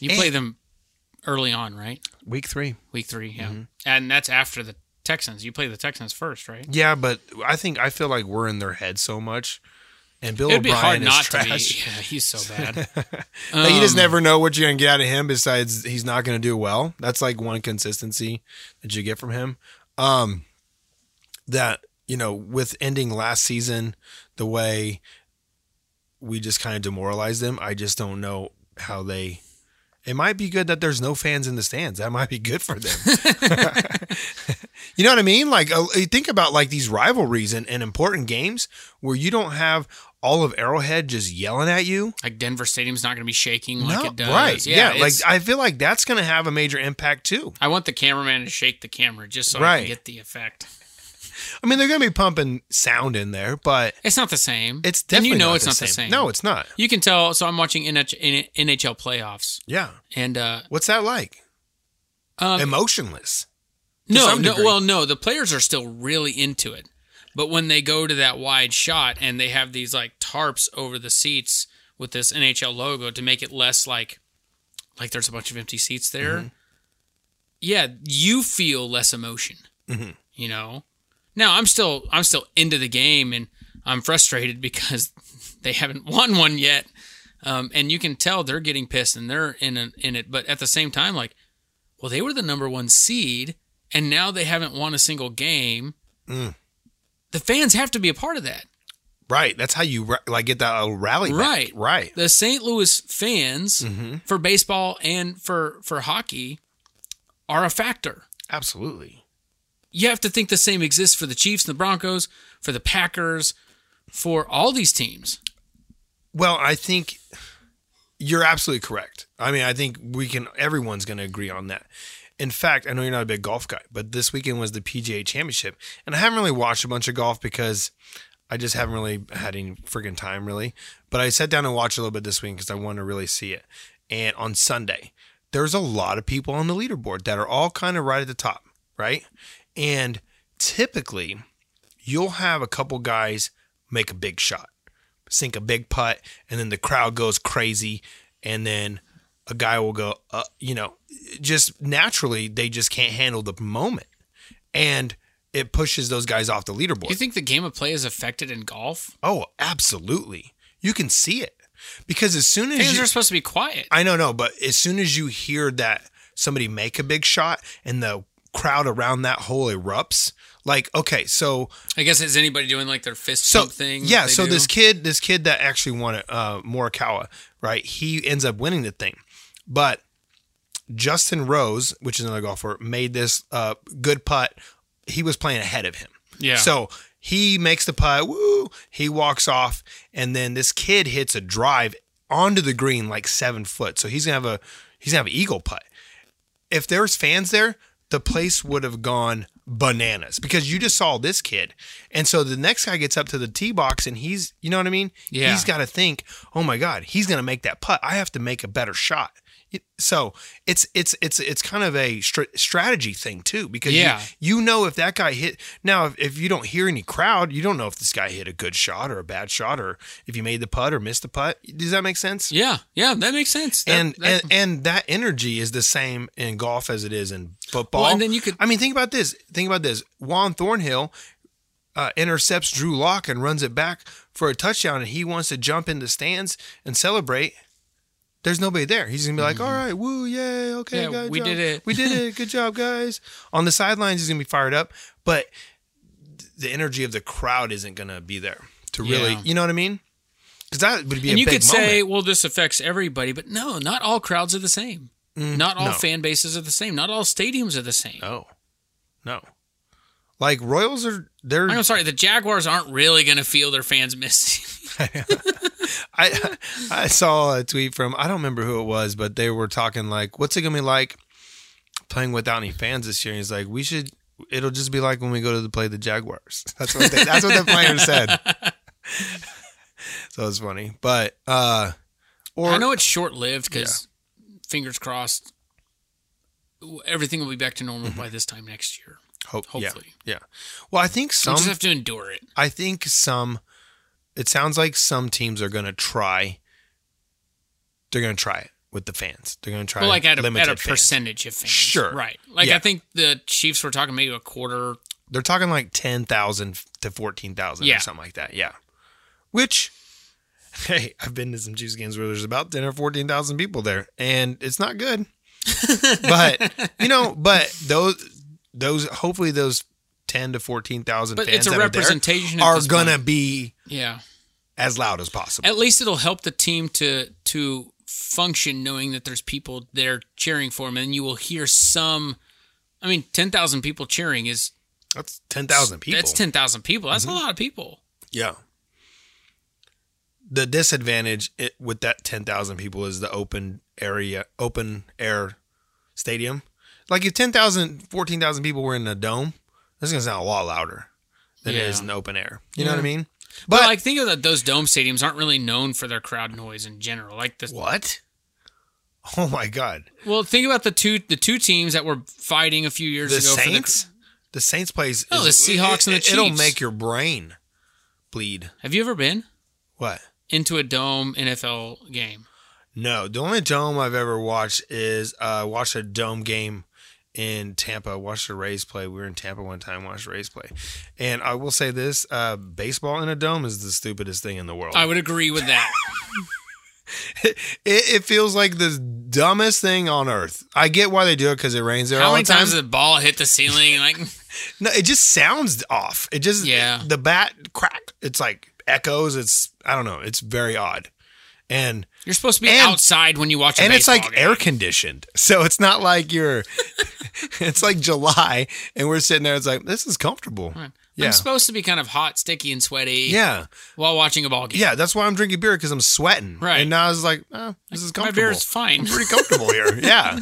You And- play them early on, right? Week three. Week three, yeah. Mm-hmm. And that's after the Texans. You play the Texans first, right? Yeah, but I think I feel like we're in their head so much, and Bill It'd be O'Brien hard is not to be. trash. Yeah, he's so bad. Like, you just Um, never know what you're gonna get out of him. Besides, he's not gonna do well. That's like one consistency that you get from him. Um, that you know, with ending last season the way we just kind of demoralized them, I just don't know how they. It might be good that there's no fans in the stands. That might be good for them. you know what I mean? Like, uh, you think about like these rivalries and, and important games where you don't have all of Arrowhead just yelling at you Like Denver Stadium's not going to be shaking like no, it does. Right. Yeah. like it's- I feel like that's going to have a major impact too. I want the cameraman to shake the camera just so I Right. can get the effect. I mean, they're going to be pumping sound in there, but It's not the same. it's and definitely you know not it's the not same. the same. No, it's not. you can tell. So I'm watching NH- NHL playoffs, Yeah. and uh, What's that like? um, Emotionless. No, some no. degree. Well, no. The players are still really into it, but when they go to that wide shot and they have these like tarps over the seats with this NHL logo to make it less like like there's a bunch of empty seats there. Mm-hmm. Yeah, you feel less emotion. Mm-hmm. You know. Now I'm still I'm still into the game and I'm frustrated because they haven't won one yet. Um, and you can tell they're getting pissed and they're in a, in it, but at the same time, like, well, they were the number one seed, and now they haven't won a single game. Mm. The fans have to be a part of that. Right. That's how you ra- like get that little rally. back. Right. Right. The St. Louis fans Mm-hmm. for baseball and for for hockey are a factor. Absolutely. You have to think the same exists for the Chiefs and the Broncos, for the Packers, for all these teams. Well, I think you're absolutely correct. I mean, I think we can. Everyone's going to agree on that. In fact, I know you're not a big golf guy, but this weekend was the PGA Championship, and I haven't really watched a bunch of golf because I just haven't really had any freaking time, really. But I sat down and watched a little bit this week because I wanted to really see it. And on Sunday, there's a lot of people on the leaderboard that are all kind of right at the top, right? And typically, you'll have a couple guys make a big shot sink a big putt, and then the crowd goes crazy, and then a guy will go, uh, you know, just naturally they just can't handle the moment, and it pushes those guys off the leaderboard. You think the game of play is affected in golf? oh, absolutely, you can see it because as soon as Fans you, are supposed to be quiet. I know, no, but as soon as you hear that somebody make a big shot and the crowd around that hole erupts, like okay, so I guess is anybody doing like their fist so pump thing? Yeah, that they so do? this kid, this kid that actually won it, uh, Morikawa, right? He ends up winning the thing, but Justin Rose, which is another golfer, made this uh, good putt. He was playing ahead of him. Yeah. So he makes the putt. Woo! He walks off, and then this kid hits a drive onto the green like seven foot. So he's gonna have a he's gonna have an eagle putt. If there's fans there, the place would have gone bananas because you just saw this kid. And so the next guy gets up to the tee box and he's, you know what I mean? Yeah. He's got to think, oh my God, he's going to make that putt. I have to make a better shot. So it's it's it's it's kind of a str- strategy thing too because you- Yeah. you, know if that guy hit now if, if you don't hear any crowd you don't know if this guy hit a good shot or a bad shot or if he made the putt or missed the putt does that make sense Yeah, yeah, that makes sense. That- and, that- and and that energy is the same in golf as it is in football. Well, and then you could- I mean, think about this. Think about this. Juan Thornhill uh, intercepts Drew Lock and runs it back for a touchdown, and he wants to jump in the stands and celebrate. There's nobody there. He's gonna be like, "All right, woo, yay, okay, Mm-hmm. Yeah, good we job. did it." we did it, good job, guys." On the sidelines, he's gonna be fired up, but th- the energy of the crowd isn't gonna be there to really, Yeah. you know what I mean? Because that would be a and you big could say, moment. well, this affects everybody, but no, not all crowds are the same. not all Mm, no. Uh, fan bases are the same. Not all stadiums are the same. No, no. Like Royals are they're I'm sorry, the Jaguars aren't really going to feel their fans missing. I I saw a tweet from I don't remember who it was, but they were talking like, "What's it gonna be like playing without any fans this year?" And he's like, "We should. It'll just be like when we go to the play the Jaguars." That's what they, that's what the player said. so it's funny, but uh, or I know it's short lived because fingers crossed, w- everything will be back to normal Mm-hmm. by this time next year. hope, hopefully. yeah, yeah. Well, I think We some just have to endure it. I think some. It sounds like some teams are going to try. They're going to try it with the fans. They're going to try Well, like at a, limited at a fans. percentage of fans. Sure. Right. Like Yeah. I think the Chiefs were talking maybe a quarter. They're talking like ten thousand to fourteen thousand Yeah. or something like that. Yeah, which. Hey, I've been to some Chiefs games where there's about ten or fourteen thousand people there, and it's not good. but you know, but those those hopefully those ten to fourteen thousand But fans it's a that are there representation at are, this gonna point. be Yeah. as loud as possible. At least it'll help the team to to function knowing that there's people there cheering for them and you will hear some I mean 10,000 people cheering is That's ten thousand people. Mm-hmm. That's 10,000 people. That's a lot of people. Yeah. The disadvantage it, with that 10,000 people is the open area, open air stadium. Like if 10,000, 14,000 people were in a dome, that's going to sound a lot louder than it is Yeah. in open air. You know what I mean? But, But, like think of that those dome stadiums aren't really known for their crowd noise in general. Like the what? Oh my God. Well, think about the two the two teams that were fighting a few years The ago Saints? for the The Saints plays. No, the Seahawks and the It'll Chiefs. make your brain bleed. Have you ever been What? into a dome NFL game? No, the only dome I've ever watched is uh watched a dome game in Tampa. Watched the Rays play. We were in Tampa one time. Watched the Rays play, and I will say this: uh baseball in a dome is the stupidest thing in the world. I would agree with that. it, it feels like the dumbest thing on earth. I get why they do it because it rains there How all many the time. times does the ball hit the ceiling? Like, no, it just sounds off. It just Yeah. The bat crack. It's like echoes. It's I don't know. It's very odd, and you're supposed to be And- outside when you watch a and it's baseball like game. air conditioned so it's not like you're it's like july and we're sitting there it's like this is comfortable yeah I'm supposed to be kind of hot, sticky, and sweaty yeah while watching a ball game. yeah that's why i'm drinking beer because i'm sweating Right. and now i was like oh, this is My comfortable beer's fine. pretty comfortable here yeah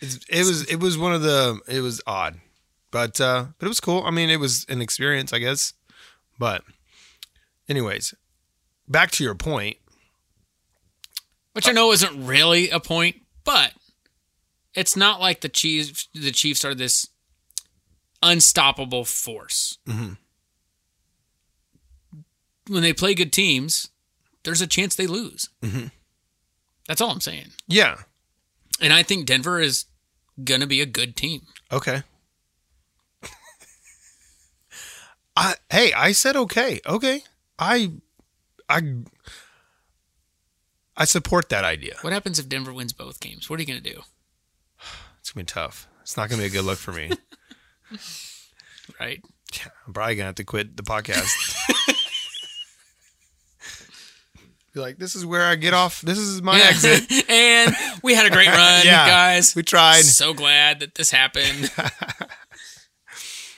it's, it was it was one of the it was odd but uh but it was cool i mean it was an experience i guess but anyways back to your point Which I know isn't really a point, but it's not like the Chiefs. The Chiefs are this unstoppable force. Mm-hmm. When they play good teams, there's a chance they lose. Mm-hmm. That's all I'm saying. yeah And I think Denver is gonna be a good team. Okay. I hey, I said okay. Okay. I I I support that idea. What happens if Denver wins both games? What are you gonna do? It's gonna be tough. It's not gonna be a good look for me. Right? Yeah, I'm probably gonna have to quit the podcast. Be like, this is where I get off. This is my exit. and we had a great run, Yeah, guys. We tried. So glad that this happened.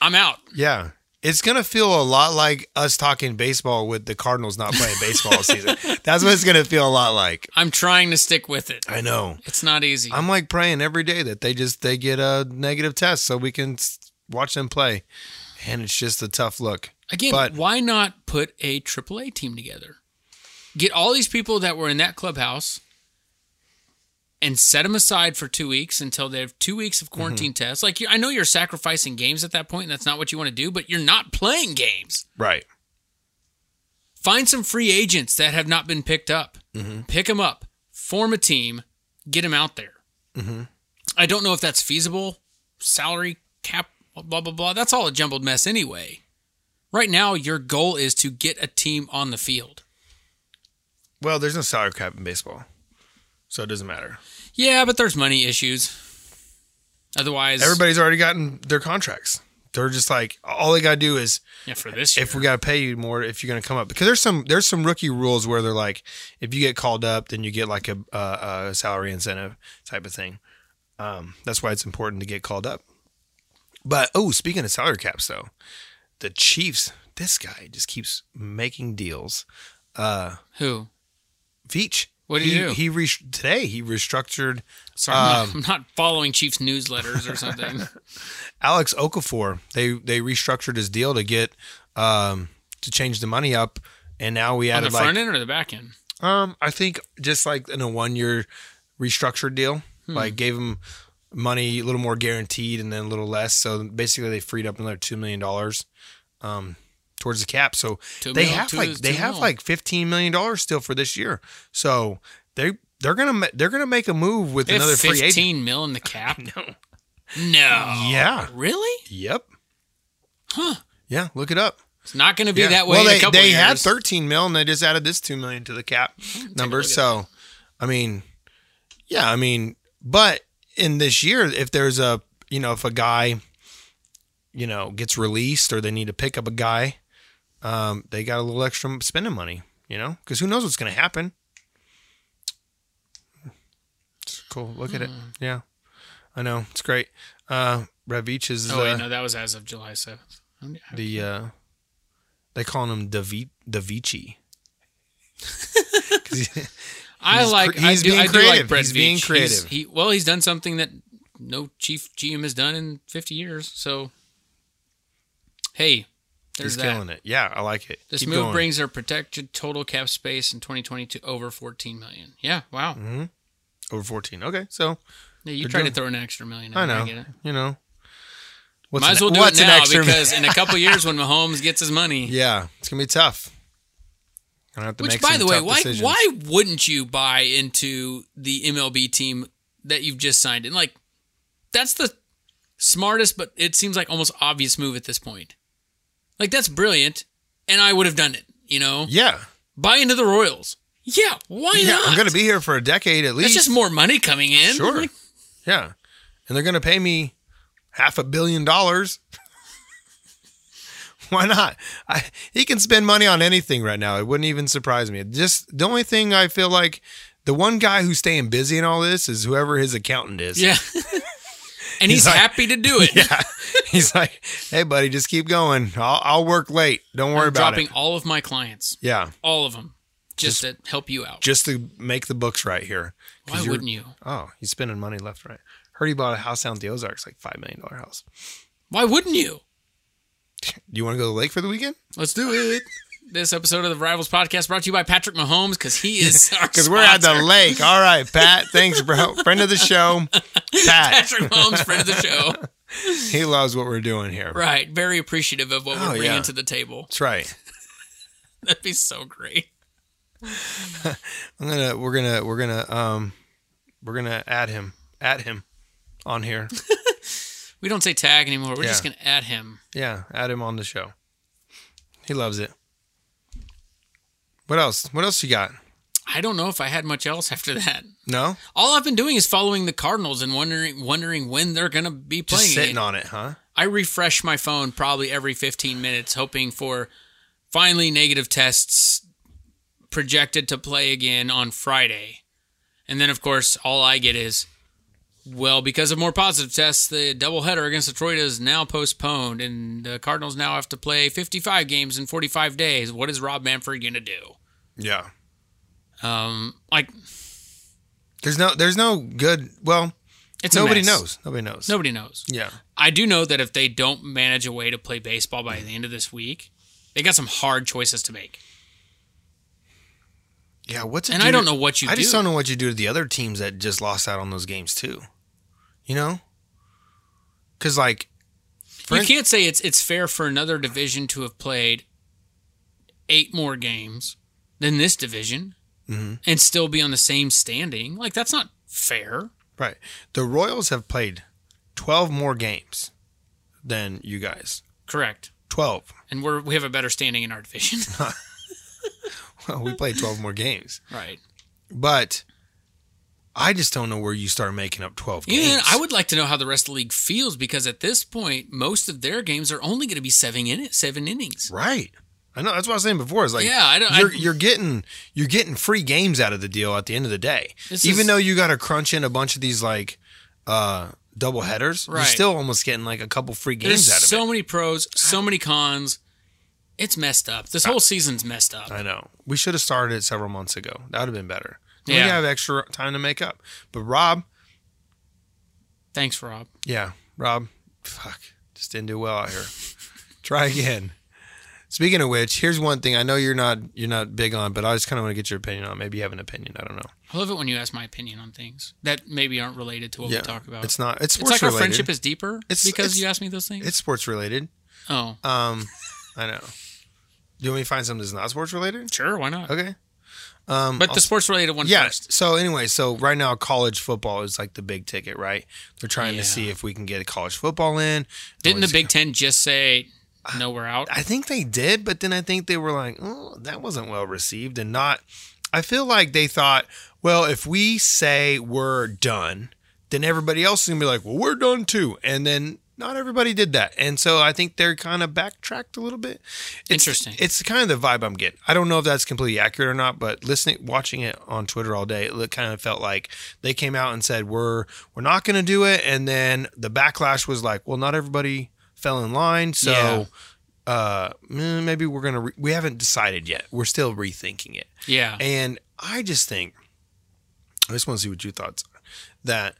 I'm out. Yeah. It's gonna feel a lot like us talking baseball with the Cardinals not playing baseball all season. That's what it's gonna feel a lot like. I'm trying to stick with it. I know. It's not easy. I'm like praying every day that they just they get a negative test so we can s- watch them play, and it's just a tough look. Again, but- why not put a AAA team together? Get all these people that were in that clubhouse and set them aside for two weeks until they have two weeks of Mm-hmm. quarantine tests. Like, you- I know you're sacrificing games at that point, and that's not what you want to do, but you're not playing games. Right. Find some free agents that have not been picked up. Mm-hmm. Pick them up, form a team, get them out there. Mm-hmm. I don't know if that's feasible. Salary cap, blah, blah, blah. That's all a jumbled mess anyway. Right now, your goal is to get a team on the field. Well, there's no salary cap in baseball, so it doesn't matter. Yeah, but there's money issues. Otherwise, Everybody's already gotten their contracts. They're just like all they gotta do is yeah, for this year. if we gotta pay you more if you're gonna come up because there's some there's some rookie rules where they're like if you get called up then you get like a a, a salary incentive type of thing. Um, that's why it's important to get called up. But oh, speaking of salary caps though, the Chiefs. This guy just keeps making deals. Who? Veach. What'd he he do? He re- today he restructured Sorry, Um, I'm, not, I'm not following Chiefs newsletters or something. Alex Okafor. They they restructured his deal to get um to change the money up, and now we on added the like front end or the back end? Um, I think just like in a one year restructured deal, Hmm. like gave him money a little more guaranteed and then a little less. So basically, they freed up another two million dollars um, towards the cap. So Two they mil, have two like is they two have mil. like fifteen million dollars still for this year. So they they're gonna ma- they're gonna make a move with They have another free agent. 15 mil in the cap? no. No. Yeah. Really? Yep. Huh. Yeah. Look it up. It's not going to be Yeah. that way Well, in they, a couple they years. had 13 mil and they just added this 2 million to the cap number. look at So, I mean, yeah, I mean, but in this year, if there's a, you know, if a guy, you know, gets released or they need to pick up a guy, um, they got a little extra spending money, you know, because who knows what's going to happen. It's cool. Look at it. Hmm. Yeah. I know. It's great. Uh, Ravich is Oh, uh, wait, no, that was as of July 7th. the uh they calling him Davi Davici. I he's like cre- he's I do, being I do like creative. Brett He's being Veach. creative. he, well, he's done something that no chief GM has done in 50 years. So, hey, there's He's that. killing it. Yeah, I like it. This Keep move going. brings their projected total cap space in 2020 to over 14 million. Yeah, wow. over fourteen. Okay, so Yeah, you Mm-hmm. They're tried to doing- throw an extra million. In, I know. get it. You know. What's Might an- as well do it what's an now extra- because in a couple years when Mahomes gets his money, yeah, it's gonna be tough. Gonna have to Which, make by some the way, tough why decisions. why wouldn't you buy into the MLB team that you've just signed? And like, that's the smartest, but it seems like almost obvious move at this point. Like that's brilliant, and I would have done it. You know, Yeah, buy into the Royals. Yeah, why yeah. not? I'm gonna be here for a decade at that's least. just more money coming in. sure. Like, yeah, and they're gonna pay me half a billion dollars. Why not? I, he can spend money on anything right now. It wouldn't even surprise me. Just the only thing I feel like the one guy who's staying busy in all this is whoever his accountant is. yeah. and he's, like- happy to do it. Yeah. He's like, hey, buddy, just keep going. I'll, I'll work late. Don't worry I'm about dropping it. all of my clients, Yeah. all of them, just, to help you out. Just to make the books right here. 'Cause why you're- wouldn't you? Oh, he's spending money left, right. Heard he bought a house down at the Ozarks, like $5 million house. Why wouldn't you? You want to go to the lake for the weekend? Let's do it. This episode of the Rivals Podcast brought to you by Patrick Mahomes because he is Because we're at the lake. lake. All right, Pat. Thanks, bro. Friend of the show, Pat. Patrick Mahomes, friend of the show. He loves what we're doing here. Right. Very appreciative of what we're Oh, bringing yeah. to the table. That's right. That'd be so great. I'm gonna. We're gonna. We're gonna. Um, we're gonna add him. Add him on here. We don't say tag anymore. We're just Yeah. going to add him. Yeah, add him on the show. He loves it. What else? What else you got? I don't know if I had much else after that. No, All I've been doing is following the Cardinals and wondering wondering when they're going to be playing. just again. sitting on it, huh? I refresh my phone probably every 15 minutes, hoping for finally negative tests projected to play again on Friday. And then, of course, all I get is Well, because of more positive tests, the doubleheader against Detroit is now postponed, and the Cardinals now have to play 55 games in 45 days. What is Rob Manfred going to do? Yeah. Um, like There's no there's no good well it's a nobody mess. knows. Nobody knows. Nobody knows. Yeah. I do know that if they don't manage a way to play baseball by the end of this week, they got some hard choices to make. Yeah, what's it And do I to- don't know what you I do. just don't know what you do to the other teams that just lost out on those games too. You know? Cuz like you can't say it's it's fair for another division to have played eight more games than this division Mm-hmm. and still be on the same standing. Like that's not fair. Right. The Royals have played 12 more games than you guys. Correct. 12. And we're we have a better standing in our division. Well, we played 12 more games. right. But I just don't know where you start making up 12 games. Yeah, I would like to know how the rest of the league feels because at this point, most of their games are only going to be seven in seven innings. Right. I know that's what I was saying before. Is like Yeah, I don't- I- you're, you're getting you're getting free games out of the deal at the end of the day. This Even is- though you got to crunch in a bunch of these like uh double headers, you're Right. still almost getting like a couple free games There's out of so it. many pros, so many cons. It's messed up. This whole season's messed up. I know. We should have started it several months ago. That would have been better. Then Yeah. We have extra time to make up. But Rob, Thanks, Rob. yeah, Rob, fuck, just didn't do well out here. Try again. Speaking of which, here's one thing I know you're not you're not big on, but I just kind of want to get your opinion on. it. Maybe you have an opinion. I don't know. I love it when you ask my opinion on things that maybe aren't related to what we talk about. It's not. It's It's sports like our related. friendship is deeper It's- because it's- you asked me those things. It's sports related. oh, Um, I know. Do you want me to find something that's not sports related? sure, why not? Okay. but the sports related one first. um, Yeah. So anyway, so right now college football is like the big ticket, right? They're trying Yeah. to see if we can get college football in. Didn't the Always- Big Ten just say no? We're out. I think they did, but then I think they were like, oh, that wasn't well received, and not. I feel like they thought, well, if we say we're done, then everybody else is gonna be like, well, we're done too, and then not everybody did that, and so I think they're kind of backtracked a little bit. It's- Interesting. It's kind of the vibe I'm getting. I don't know if that's completely accurate or not, but listening, watching it on Twitter all day, it look- kind of felt like they came out and said we're we're not gonna do it, and then the backlash was like, well, not everybody fell in line, so Yeah. uh mm, maybe we're gonna re- we haven't decided yet we're still rethinking it yeah, and i just think i just want to see what your thoughts are that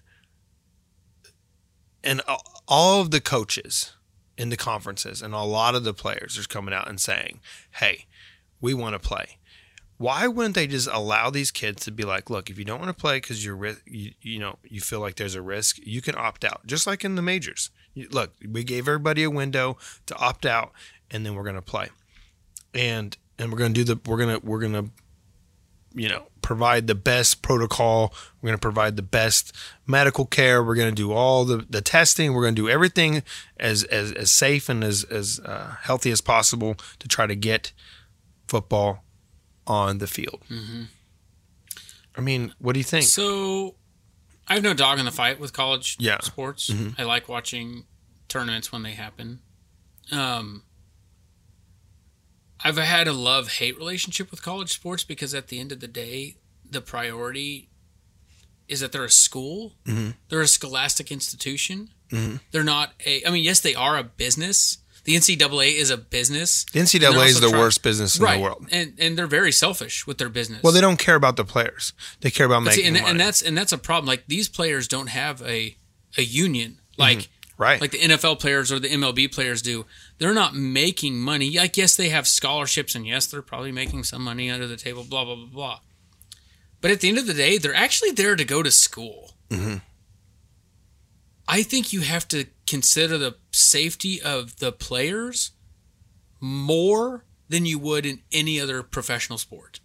and a- all of the coaches in the conferences and a lot of the players are coming out and saying hey we want to play why wouldn't they just allow these kids to be like look if you don't want to play because you're ri- you, you know you feel like there's a risk you can opt out just like in the majors You- look we gave everybody a window to opt out and then we're going to play and and we're going to do the we're going to we're going to you know provide the best protocol we're going to provide the best medical care we're going to do all the, the testing we're going to do everything as as, as safe and as as uh, healthy as possible to try to get football on the field Mm-hmm. i mean what do you think So I have no dog in the fight with college Yeah. Mm-hmm. sports. I like watching tournaments when they happen. Um, I've had a love hate relationship with college sports because at the end of the day, the priority is that they're a school, Mm-hmm. they're a scholastic institution. They're not a, I mean, yes, they are a business. The NCAA is a business. the And they're ncaa is also the trying- worst business in right. the world And, and they're very selfish with their business. well they don't care about the players they care about But making see, and, money and that's and that's a problem. Like these players don't have a a union like right like the NFL players or the MLB players do. They're not making money. Like yes, they have scholarships, and yes, they're probably making some money under the table. Blah blah blah blah. But at the end of the day, they're actually there to go to school. I think you have to consider the safety of the players more than you would in any other professional sport.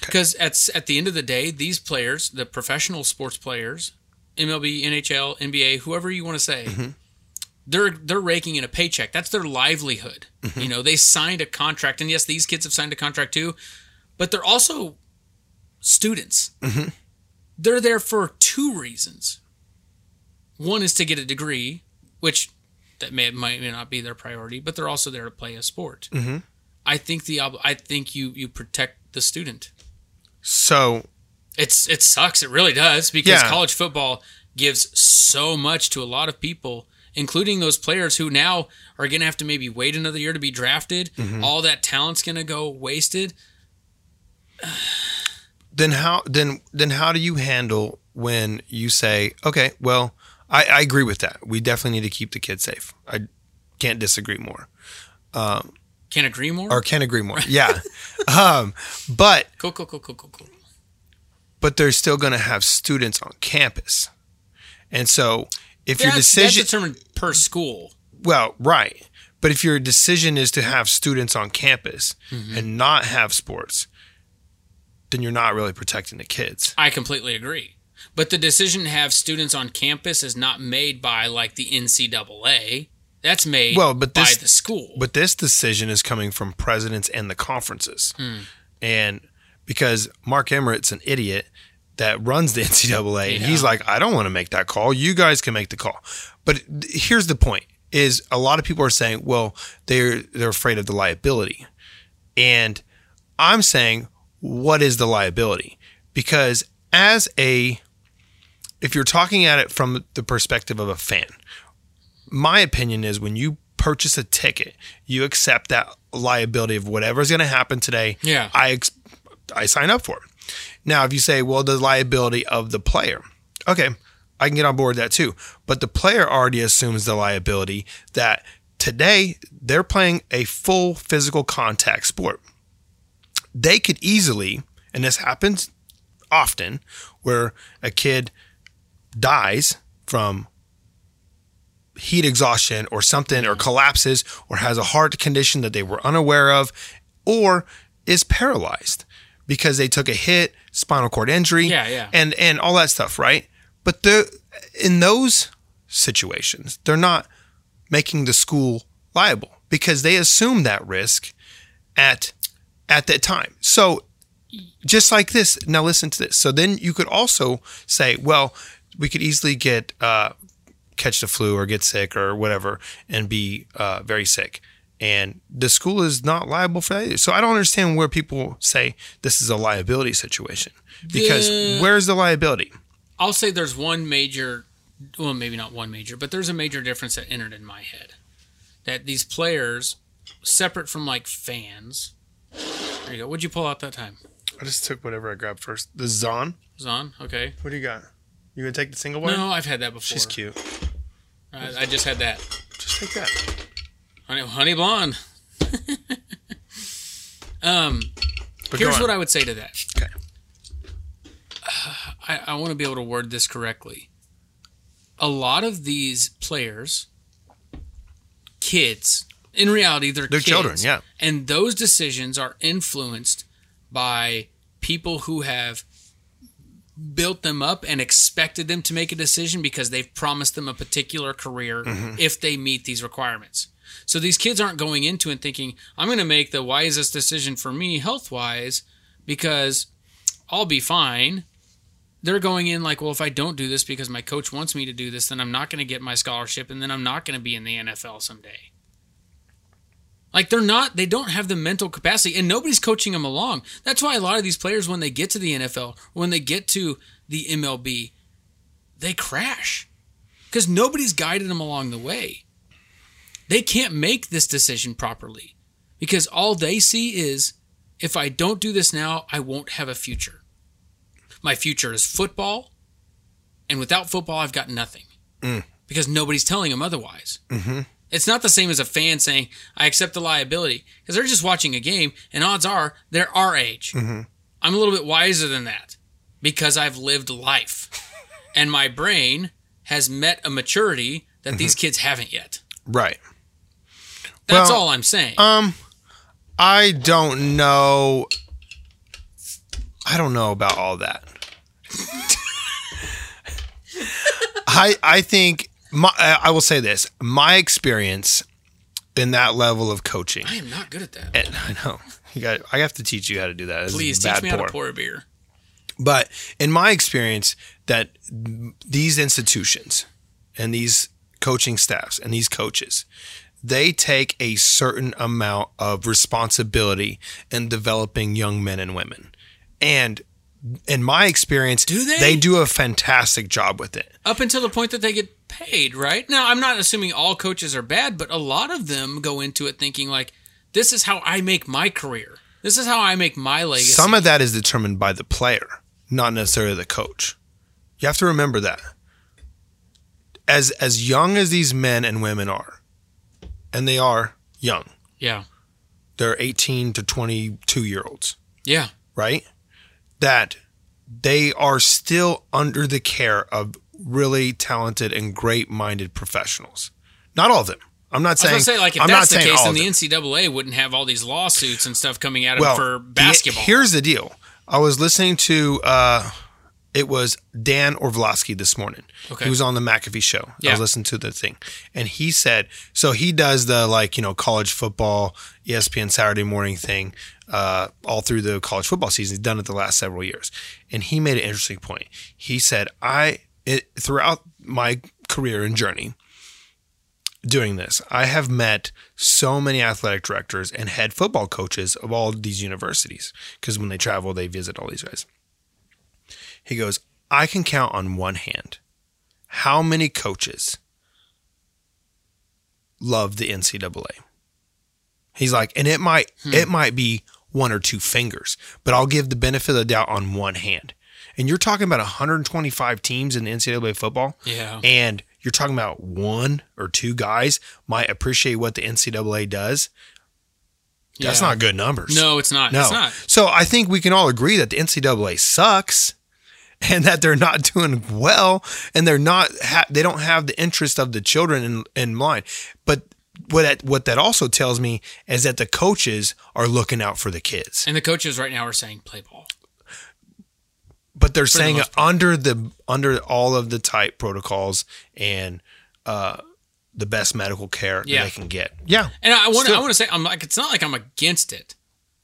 Because at s- at the end of the day, these players, the professional sports players, MLB, NHL, NBA, whoever you want to say, they're they're raking in a paycheck. That's their livelihood. You know, they signed a contract, and yes, these kids have signed a contract too, but they're also students. They're there for two reasons. One is to get a degree, which that may might may not be their priority, but they're also there to play a sport. I think the ob- I think you you protect the student. so It's it sucks. It really does because Yeah. college football gives so much to a lot of people, including those players who now are going to have to maybe wait another year to be drafted. Mm-hmm. All that talent's going to go wasted. then how then then how do you handle when you say okay well I, I agree with that we definitely need to keep the kids safe i can't disagree more Can't agree more. or can agree more yeah um, but cool, cool, cool, cool, cool, cool. but they're still going to have students on campus and so if your That's- decision that's determined per school. Well, right. But if your decision is to have students on campus and not have sports, then you're not really protecting the kids. I completely agree. But the decision to have students on campus is not made by like the NCAA. That's made Well, but by this- the school. But this decision is coming from presidents and the conferences. And because Mark Emmerich's an idiot that runs the NCAA, and he's like, I don't want to make that call. You guys can make the call. But th- here's the point is a lot of people are saying, well, they're they're afraid of the liability. And I'm saying, what is the liability? Because as a if you're talking at it from the perspective of a fan, my opinion is when you purchase a ticket, you accept that liability of whatever's going to happen today. Yeah. I ex- I sign up for it. Now, if you say, well, the liability of the player, okay, I can get on board with that too. But the player already assumes the liability that today they're playing a full physical contact sport. They could easily, and this happens often, where a kid dies from heat exhaustion or something or collapses or has a heart condition that they were unaware of or is paralyzed because they took a hit, spinal cord injury, Yeah, yeah. and and all that stuff, right? But the in those situations, they're not making the school liable because they assume that risk at at that time. So just like this. Now listen to this. So then you could also say, well, we could easily get uh, catch the flu or get sick or whatever and be uh, very sick. And the school is not liable for that. Either. So I don't understand where people say this is a liability situation because The- where's the liability? I'll say there's one major, well, maybe not one major, but there's a major difference that entered in my head. That these players, separate from like fans, there you go. What'd you pull out that time? I just took whatever I grabbed first. The Zon. It was on? Okay. What do you got? You gonna take the single one? No, I've had that before. She's cute. I, I just had that. Just take that. Honey, honey blonde. um, But Here's go what on. I would say to that. Okay. I, I want to be able to word this correctly. A lot of these players, kids, in reality, they're, They're kids. children, yeah. And those decisions are influenced by people who have built them up and expected them to make a decision because they've promised them a particular career Mm-hmm. if they meet these requirements. So these kids aren't going into it thinking, I'm going to make the wisest decision for me health wise because I'll be fine. They're going in like, well, if I don't do this because my coach wants me to do this, then I'm not going to get my scholarship and then I'm not going to be in the NFL someday. Like they're not, they don't have the mental capacity, and nobody's coaching them along. That's why a lot of these players, when they get to the NFL, when they get to the MLB, they crash because nobody's guided them along the way. They can't make this decision properly because all they see is if I don't do this now, I won't have a future. My future is football, and without football, I've got nothing Mm. because nobody's telling them otherwise. Mm-hmm. It's not the same as a fan saying, I accept the liability because they're just watching a game, and odds are they're our age. Mm-hmm. I'm a little bit wiser than that because I've lived life and my brain has met a maturity that Mm-hmm. these kids haven't yet. Right. That's Well, all I'm saying. Um, I don't know. I don't know about all that. I I think my I I will say this. My experience in that level of coaching. I am not good at that. and I know you got. I have to teach you how to do that. This is Please bad teach me how pour. to pour a beer. But in my experience, that these institutions and these coaching staffs and these coaches, they take a certain amount of responsibility in developing young men and women. And in my experience, Do they? they do a fantastic job with it. up until the point that they get paid, right? Now, I'm not assuming all coaches are bad, but a lot of them go into it thinking like, "This is how I make my career. This is how I make my legacy." Some of that is determined by the player, not necessarily the coach. You have to remember that. As as young as these men and women are, and they are young. yeah, They're 18 to 22 year olds. yeah, right? That they are still under the care of really talented and great minded professionals. Not all of them. I'm not I saying. was gonna say like if I'm that's not the saying case, all then of the them. NCAA wouldn't have all these lawsuits and stuff coming at them well, for the- basketball. here's the deal. I was listening to uh, it was Dan Orlovsky this morning. Okay. He was on the McAfee show. I Yeah. was listening to the thing, and he said so. He does the like you know college football, E ESPN Saturday morning thing, uh, all through the college football season. He's done it the last several years, and he made an interesting point. He said, "I it, throughout my career and journey." doing this. I have met so many athletic directors and head football coaches of all these universities because when they travel, they visit all these guys. He goes, I can count on one hand how many coaches love the NCAA. He's like, and it might Hmm. it might be one or two fingers, but I'll give the benefit of the doubt on one hand. And you're talking about 125 teams in the NCAA football yeah, and you're talking about one or two guys might appreciate what the NCAA does. That's Yeah. not good numbers. No, it's not. no. It's not. So I think we can all agree that the NCAA sucks and that they're not doing well and they're not ha- they don't have the interest of the children in in mind. But what that, what that also tells me is that the coaches are looking out for the kids. And the coaches right now are saying play ball. but they're saying most under the under all of the tight protocols and uh the best medical care that Yeah. they can get. Yeah. And I want to Still. I want to say I'm like it's not like I'm against it.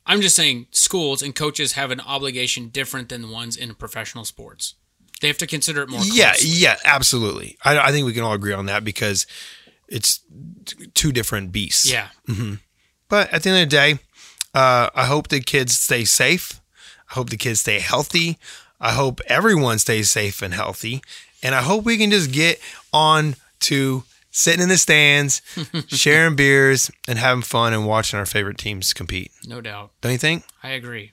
I'm just saying schools and coaches have an obligation different than the ones in professional sports. They have to consider it more. Closely. Yeah, yeah, absolutely. I, I think we can all agree on that because it's t- two different beasts. yeah. But at the end of the day, uh, I hope the kids stay safe. I hope the kids stay healthy. I hope everyone stays safe and healthy. And I hope we can just get on to sitting in the stands, sharing beers, and having fun and watching our favorite teams compete. No doubt. Don't you think? I agree.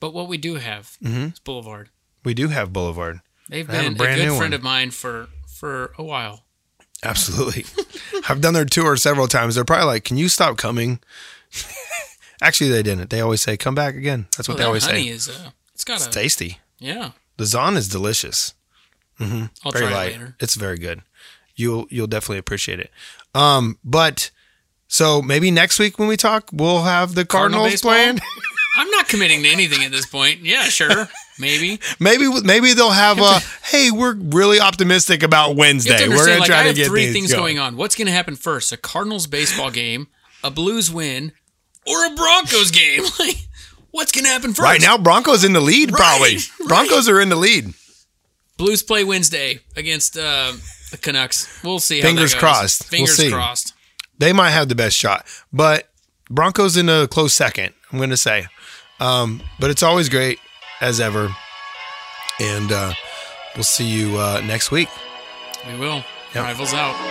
But what we do have is Boulevard. We do have Boulevard. They've Mm-hmm. They have a been a, brand good new friend one. of mine for for a while. Absolutely. I've done their tour several times. They're probably like, can you stop coming? Actually, they didn't. They always say, come back again. That's what Oh, they that always honey say. is uh, it's got It's a tasty. yeah. The Zon is delicious. I'll very try light. it later. It's very good. You'll you'll definitely appreciate it. Um, but so maybe next week when we talk, we'll have the Cardinal Cardinals baseball? playing. I'm not committing to anything at this point. Yeah, sure, maybe. maybe maybe they'll have a hey, we're really optimistic about You have Wednesday. to We're understand, gonna like, try I to have get three these things going on. What's going to happen first? A Cardinals baseball game, a Blues win, or a Broncos game? Like, what's going to happen first? Right now, Broncos in the lead. Probably Right, Broncos are in the lead. Blues play Wednesday against uh, the Canucks. We'll see. How Fingers that goes. crossed. We'll Fingers see. crossed. They might have the best shot, but Broncos in a close second. I'm gonna say, um, but it's always great as ever, and uh, we'll see you uh, next week. We will. Yep. Rivals out.